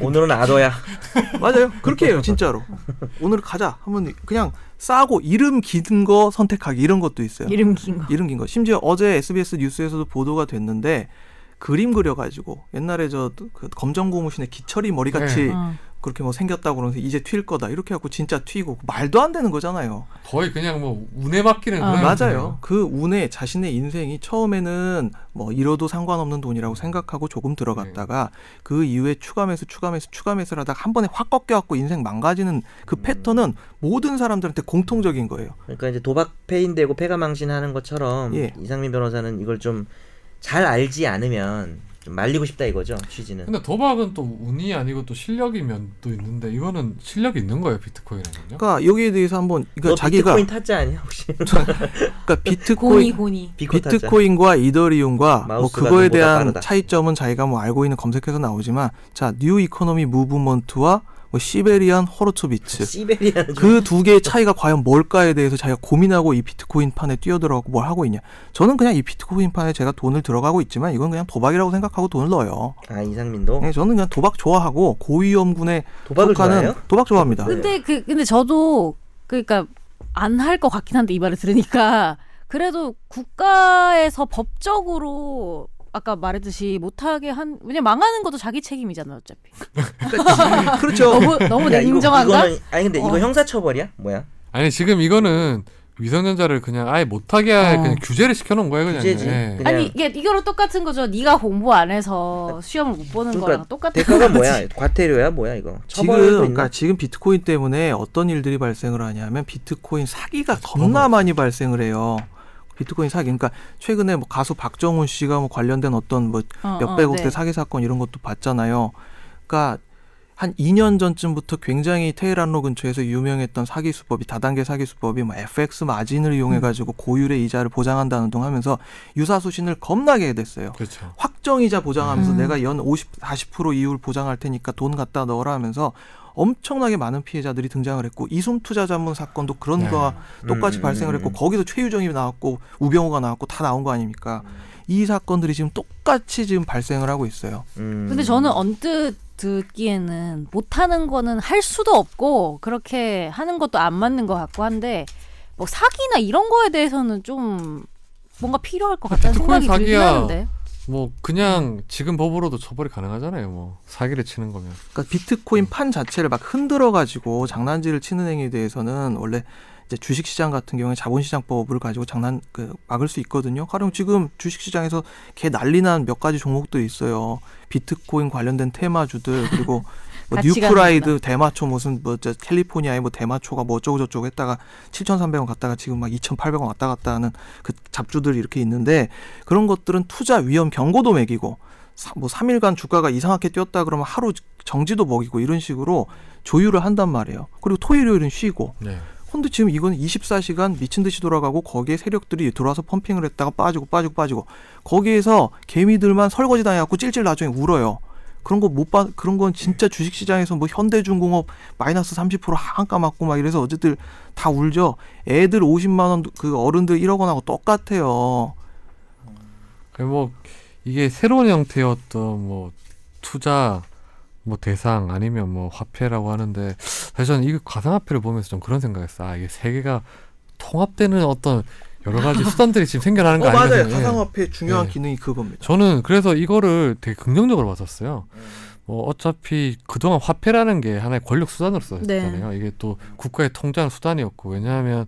Speaker 3: 오늘은 아더야.
Speaker 4: 맞아요. 그렇게 해요, 진짜로. 오늘 가자 하면 그냥 싸고 이름 긴 거 선택하기 이런 것도 있어요.
Speaker 5: 이름 긴 거.
Speaker 4: 이름 긴 거. 심지어 어제 SBS 뉴스에서도 보도가 됐는데 그림 그려가지고 옛날에 저 그 검정 고무신에 기철이 머리같이
Speaker 1: 네.
Speaker 5: 어.
Speaker 4: 그렇게 뭐 생겼다고 그러면서 이제 튈 거다 이렇게 하고 진짜 튀고 말도 안 되는 거잖아요.
Speaker 1: 거의 그냥 뭐 운에 맡기는
Speaker 5: 아,
Speaker 3: 음.
Speaker 1: 그런
Speaker 4: 맞아요. 그 운에 자신의 인생이 처음에는 뭐 잃어도 상관없는 돈이라고 생각하고 조금 들어갔다가
Speaker 3: 네.
Speaker 4: 그 이후에 추가매수 추가매수 추가매수를 하다가 한 번에 확 꺾여갖고 인생 망가지는
Speaker 3: 음.
Speaker 4: 그 패턴은 모든 사람들한테 공통적인 거예요.
Speaker 3: 그러니까 이제 도박 패인되고 패가 망신하는 것처럼
Speaker 4: 예.
Speaker 3: 이상민 변호사는 이걸 좀 잘 알지 않으면 좀 말리고 싶다 이거죠 취지는.
Speaker 1: 근데
Speaker 4: 그러니까
Speaker 1: 도박은 또 운이 아니고 또 실력이 면도 있는데 이거는 실력이 있는 거예요 비트코인은요?
Speaker 4: 그러니까 여기에 대해서 한번
Speaker 3: 너
Speaker 4: 그러니까 자기가
Speaker 3: 뭐 비트코인 타짜
Speaker 4: <laughs>
Speaker 3: 아니야 혹시?
Speaker 4: 그러니까
Speaker 5: 고니
Speaker 4: 비트코인
Speaker 5: 고니.
Speaker 3: 비코 타짜.
Speaker 4: 비트코인과 이더리움과 뭐
Speaker 3: 마우스가
Speaker 4: 그거에
Speaker 3: 눈보다
Speaker 4: 대한
Speaker 3: 빠르다.
Speaker 4: 차이점은 자기가 뭐 알고 있는 검색해서 나오지만 자 뉴 이코노미 무브먼트와 뭐 시베리안 호로초비츠
Speaker 3: 시베리아는 좀
Speaker 4: 그 두 개의 차이가 과연 뭘까에 대해서 자기가 고민하고 이 비트코인 판에 뛰어들어가고 뭘 하고 있냐. 저는 그냥 이 비트코인 판에 제가 돈을 들어가고 있지만 이건 그냥 도박이라고 생각하고 돈을 넣어요.
Speaker 3: 아 이상민도
Speaker 4: 네, 저는 그냥 도박 좋아하고 고위험군에
Speaker 3: 도박을
Speaker 4: 속하는
Speaker 3: 좋아해요?
Speaker 4: 도박 좋아합니다.
Speaker 3: 네.
Speaker 5: 근데 그 근데 저도 그러니까 안 할 것 같긴 한데 이 말을 들으니까 그래도 국가에서 법적으로 아까 말했듯이 못하게 한 왜냐 면 망하는 것도 자기 책임이잖아요 어차피
Speaker 4: <laughs> 그렇죠.
Speaker 5: 너무 너무
Speaker 3: 야, 이거-
Speaker 5: 냉정한가?
Speaker 3: 이거는- 아니 근데 이거
Speaker 5: 어.
Speaker 3: 형사처벌이야?
Speaker 5: <laughs>
Speaker 3: 뭐야?
Speaker 1: 아니 지금 이거는 미성년자를 그냥 아예 못하게 할
Speaker 5: 어.
Speaker 1: 그냥 규제를 시켜놓은 거예요 그냥.
Speaker 3: 규제지.
Speaker 1: 예.
Speaker 3: 그냥
Speaker 5: 아니 이게 이거랑 똑같은 거죠. 네가 공부 안 해서 시험을 못 보는
Speaker 3: 그러니까
Speaker 5: 거랑 똑같은
Speaker 3: 대가가
Speaker 5: 거지.
Speaker 3: 뭐야? 과태료야 뭐야 이거?
Speaker 4: 지금
Speaker 3: 처벌도
Speaker 4: 그러니까
Speaker 3: 있나?
Speaker 4: 지금 비트코인 때문에 어떤 일들이 발생을 하냐면 비트코인 사기가 겁나 많이 발생을 해요. 비트코인 사기. 그러니까 최근에 뭐 가수 박정훈 씨가 뭐 관련된 어떤 뭐
Speaker 5: 어, 어,
Speaker 4: 몇백억대
Speaker 5: 네.
Speaker 4: 사기 사건 이런 것도 봤잖아요. 그러니까 한 2년 전쯤부터 굉장히 테헤란로 근처에서 유명했던 사기 수법이 다단계 사기 수법이 뭐 FX 마진을 이용해 가지고
Speaker 3: 음.
Speaker 4: 고율의 이자를 보장한다는 동 하면서 유사수신을 겁나게 됐어요.
Speaker 1: 그렇죠.
Speaker 4: 확정이자 보장하면서
Speaker 5: 음.
Speaker 4: 내가 연 50, 40% 이율 보장할 테니까 돈 갖다 넣어라 하면서 엄청나게 많은 피해자들이 등장을 했고 이숨 투자 자문 사건도 그런
Speaker 1: 네.
Speaker 4: 거와 똑같이
Speaker 3: 음,
Speaker 4: 발생을
Speaker 3: 음,
Speaker 4: 했고
Speaker 3: 음.
Speaker 4: 거기서 최유정이 나왔고 우병우가 나왔고 다 나온 거 아닙니까?
Speaker 1: 음.
Speaker 4: 이 사건들이 지금 똑같이 지금 발생을 하고 있어요.
Speaker 3: 음.
Speaker 5: 근데 저는 언뜻 듣기에는 못하는 거는 할 수도 없고 그렇게 하는 것도 안 맞는 것 같고 한데 뭐 사기나 이런 거에 대해서는 좀 뭔가 필요할 것 같다는
Speaker 1: 비트코인
Speaker 5: 생각이 들긴
Speaker 1: 사기야.
Speaker 5: 하는데
Speaker 1: 뭐 그냥 지금 법으로도 처벌이 가능하잖아요. 뭐 사기를 치는 거면.
Speaker 4: 그러니까 비트코인 판 자체를 막 흔들어 가지고 장난질을 치는 행위에 대해서는 원래 이제 주식시장 같은 경우에 자본시장법을 가지고 장난 그 막을 수 있거든요. 가령 지금 주식시장에서 개 난리난 몇 가지 종목들이 있어요. 비트코인 관련된 테마주들 그리고
Speaker 5: <laughs>
Speaker 4: 뭐
Speaker 5: 같이
Speaker 4: 뉴프라이드 대마초 무슨 뭐 저 캘리포니아에 뭐 대마초가 뭐 어쩌고 저쩌고 했다가 7,300원 갔다가 지금 막 2,800원 왔다 갔다 하는 그 잡주들 이렇게 있는데 그런 것들은 투자 위험 경고도 매기고 사- 뭐 3일간 주가가 이상하게 뛰었다 그러면 하루 정지도 먹이고 이런 식으로 조율을 한단 말이에요. 그리고 토일 요일은 쉬고.
Speaker 1: 네.
Speaker 4: 근데 지금 이건 24시간 미친 듯이 돌아가고 거기에 세력들이 들어와서 펌핑을 했다가 빠지고 빠지고 빠지고 거기에서 개미들만 설거지 당해갖고 찔찔 나중에 울어요. 그런 거 못 봐, 그런 건 진짜 주식시장에서 뭐 현대중공업 마이너스 30% 한가 맞고 막 이래서 어쨌든 다 울죠. 애들 50만원, 그 어른들 1억 원하고 똑같아요.
Speaker 1: 그뭐 이게 새로운 형태의 어떤 뭐 투자 뭐 대상 아니면 뭐 화폐라고 하는데 사실 저는 이 가상화폐를 보면서 좀 그런 생각했어. 아 이게 세계가 통합되는 어떤 여러
Speaker 3: <laughs>
Speaker 1: 가지 수단들이 지금 생겨나는
Speaker 3: 어,
Speaker 4: 어,
Speaker 1: 거 아니에요? 중요한 네.
Speaker 4: 기능이 그겁니다.
Speaker 1: 저는 그래서 이거를 되게 긍정적으로 봤었어요. 뭐 어차피 그동안 화폐라는 게 하나의 권력 수단으로 썼잖아요. 이게 또 국가의 통장 수단이었고 왜냐하면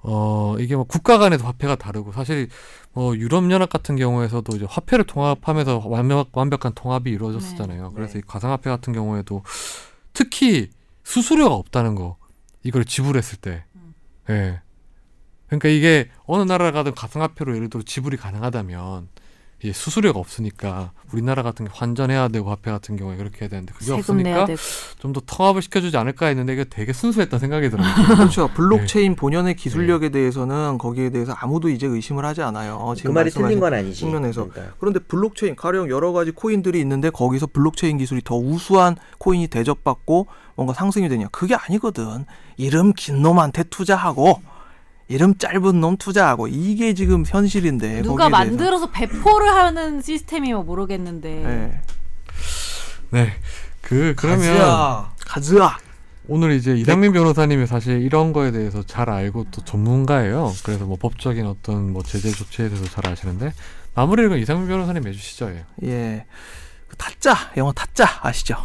Speaker 1: 어 이게 뭐 국가 간에도 화폐가 다르고 사실 뭐 유럽연합 같은 경우에서도 이제 화폐를 통합하면서 완벽 완벽한 통합이 이루어졌었잖아요. 그래서
Speaker 3: 네.
Speaker 1: 이 가상화폐 같은 경우에도 특히 수수료가 없다는 거 이걸 지불했을 때, 예. 그러니까 이게 어느 나라 가든 가상화폐로 예를 들어 지불이 가능하다면 이게 수수료가 없으니까 우리나라 같은 게 환전해야 되고 화폐 같은 경우에 그렇게 해야 되는데 그게
Speaker 5: 세금 내야
Speaker 1: 없으니까
Speaker 5: 되고
Speaker 1: 좀 더 통합을 시켜주지 않을까 했는데 이게 되게 순수했던 생각이
Speaker 5: <laughs>
Speaker 1: 들어요.
Speaker 3: 네.
Speaker 4: 그렇죠. 블록체인 본연의 기술력에 대해서는 거기에 대해서 아무도 이제 의심을 하지 않아요.
Speaker 3: 그
Speaker 4: 지금
Speaker 3: 말이
Speaker 4: 말씀하신-
Speaker 3: 틀린 건 아니지.
Speaker 4: 측면에서.
Speaker 3: 그러니까.
Speaker 4: 그런데 블록체인 가령 여러 가지 코인들이 있는데 거기서 블록체인 기술이 더 우수한 코인이 대접받고 뭔가 상승이 되냐 그게 아니거든 이름 긴 놈한테 투자하고 이름 짧은 놈 투자하고 이게 지금 현실인데
Speaker 5: 누가
Speaker 4: 거기에 대해서.
Speaker 5: 만들어서 배포를 하는 시스템이면 뭐 모르겠는데
Speaker 4: 예.
Speaker 1: 네. 그 그러면
Speaker 4: 가즈아 가즈아
Speaker 1: 오늘 이제 이상민 변호사님이 사실 이런 거에 대해서 잘 알고 또 전문가예요. 그래서 뭐 법적인 어떤 뭐 제재 조치에 대해서 잘 아시는데 마무리를 그럼 이상민 변호사님 해주시죠. 예.
Speaker 4: 예그 타짜 영어 타짜 아시죠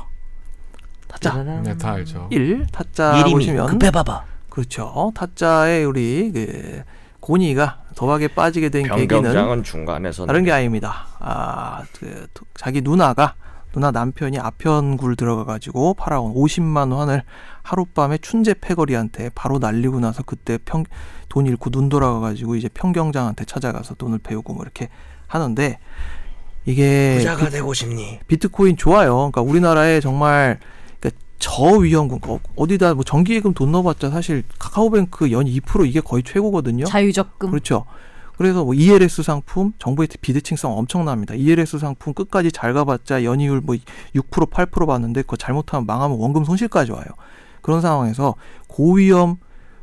Speaker 4: 타짜
Speaker 1: 네, 다 알죠.
Speaker 4: 일 타짜
Speaker 3: 이름이
Speaker 4: 보시면
Speaker 3: 급해봐봐.
Speaker 4: 그렇죠 타짜의 우리 그 고니가 도박에 빠지게 된 계기는
Speaker 3: 변경장은 중간에서
Speaker 4: 다른 게 아닙니다. 아, 그, 도- 자기 누나가 누나 남편이 아편굴 들어가가지고 팔아온 50만 원을 하룻밤에 춘재 패거리한테 바로 날리고 나서 그때 평, 돈 잃고 눈 돌아가가지고 이제 평경장한테 찾아가서 돈을 배우고 뭐 이렇게 하는데 이게 그
Speaker 3: 부자가 되고 싶니?
Speaker 4: 비트코인 좋아요. 그러니까 우리나라에 정말 그러니까 저위험군 거- 어디다 뭐 정기예금 돈 넣어봤자 사실 카카오뱅크 연 2% 이게 거의 최고거든요.
Speaker 5: 자유적금
Speaker 4: 그렇죠. 그래서 뭐 ELS 상품, 정부의 비대칭성 엄청납니다. ELS 상품 끝까지 잘 가봤자 연이율 뭐 6% 8% 봤는데 그거 잘못하면 망하면 원금 손실까지 와요. 그런 상황에서 고위험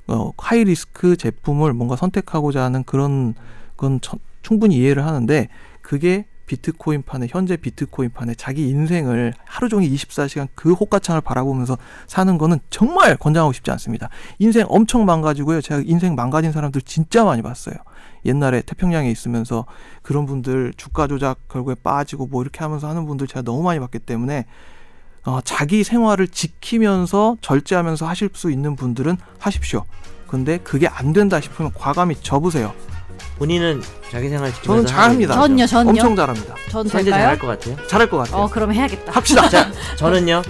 Speaker 4: 어, 하이리스크 제품을 뭔가 선택하고자 하는 그런 건 천- 충분히 이해를 하는데 그게 비트코인 판에 현재 비트코인 판에 자기 인생을 하루 종일 24시간 그 호가창을 바라보면서 사는 거는 정말 권장하고 싶지 않습니다. 인생 엄청 망가지고요. 제가 인생 망가진 사람들 진짜 많이 봤어요. 옛날에 태평양에 있으면서 그런 분들 주가 조작 결국에 빠지고 뭐 이렇게 하면서 하는 분들 제가 너무 많이 봤기 때문에 어, 자기 생활을 지키면서 절제하면서 하실 수 있는 분들은 하십시오. 근데 그게 안 된다 싶으면 과감히 접으세요.
Speaker 3: 본인은 자기 생활 지키면서
Speaker 4: 저는 잘합니다.
Speaker 3: 하는
Speaker 5: 전요
Speaker 3: 거죠?
Speaker 5: 전요
Speaker 4: 엄청 잘합니다.
Speaker 5: 전
Speaker 3: 선제 잘할
Speaker 5: 될까요?
Speaker 3: 것 같아요.
Speaker 4: 잘할 것 같아요.
Speaker 5: 어 그럼 해야겠다.
Speaker 4: 합시다.
Speaker 3: 자, 저는요.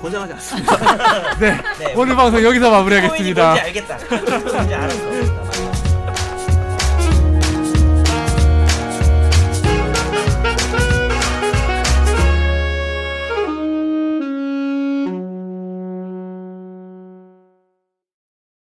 Speaker 4: 권장하지 않습니다.
Speaker 1: <laughs> 네.
Speaker 4: 네.
Speaker 3: 음.
Speaker 4: 뭐
Speaker 1: 오늘 방송 여기서 마무리하겠습니다.
Speaker 3: 알겠다. 뭔지 알았어.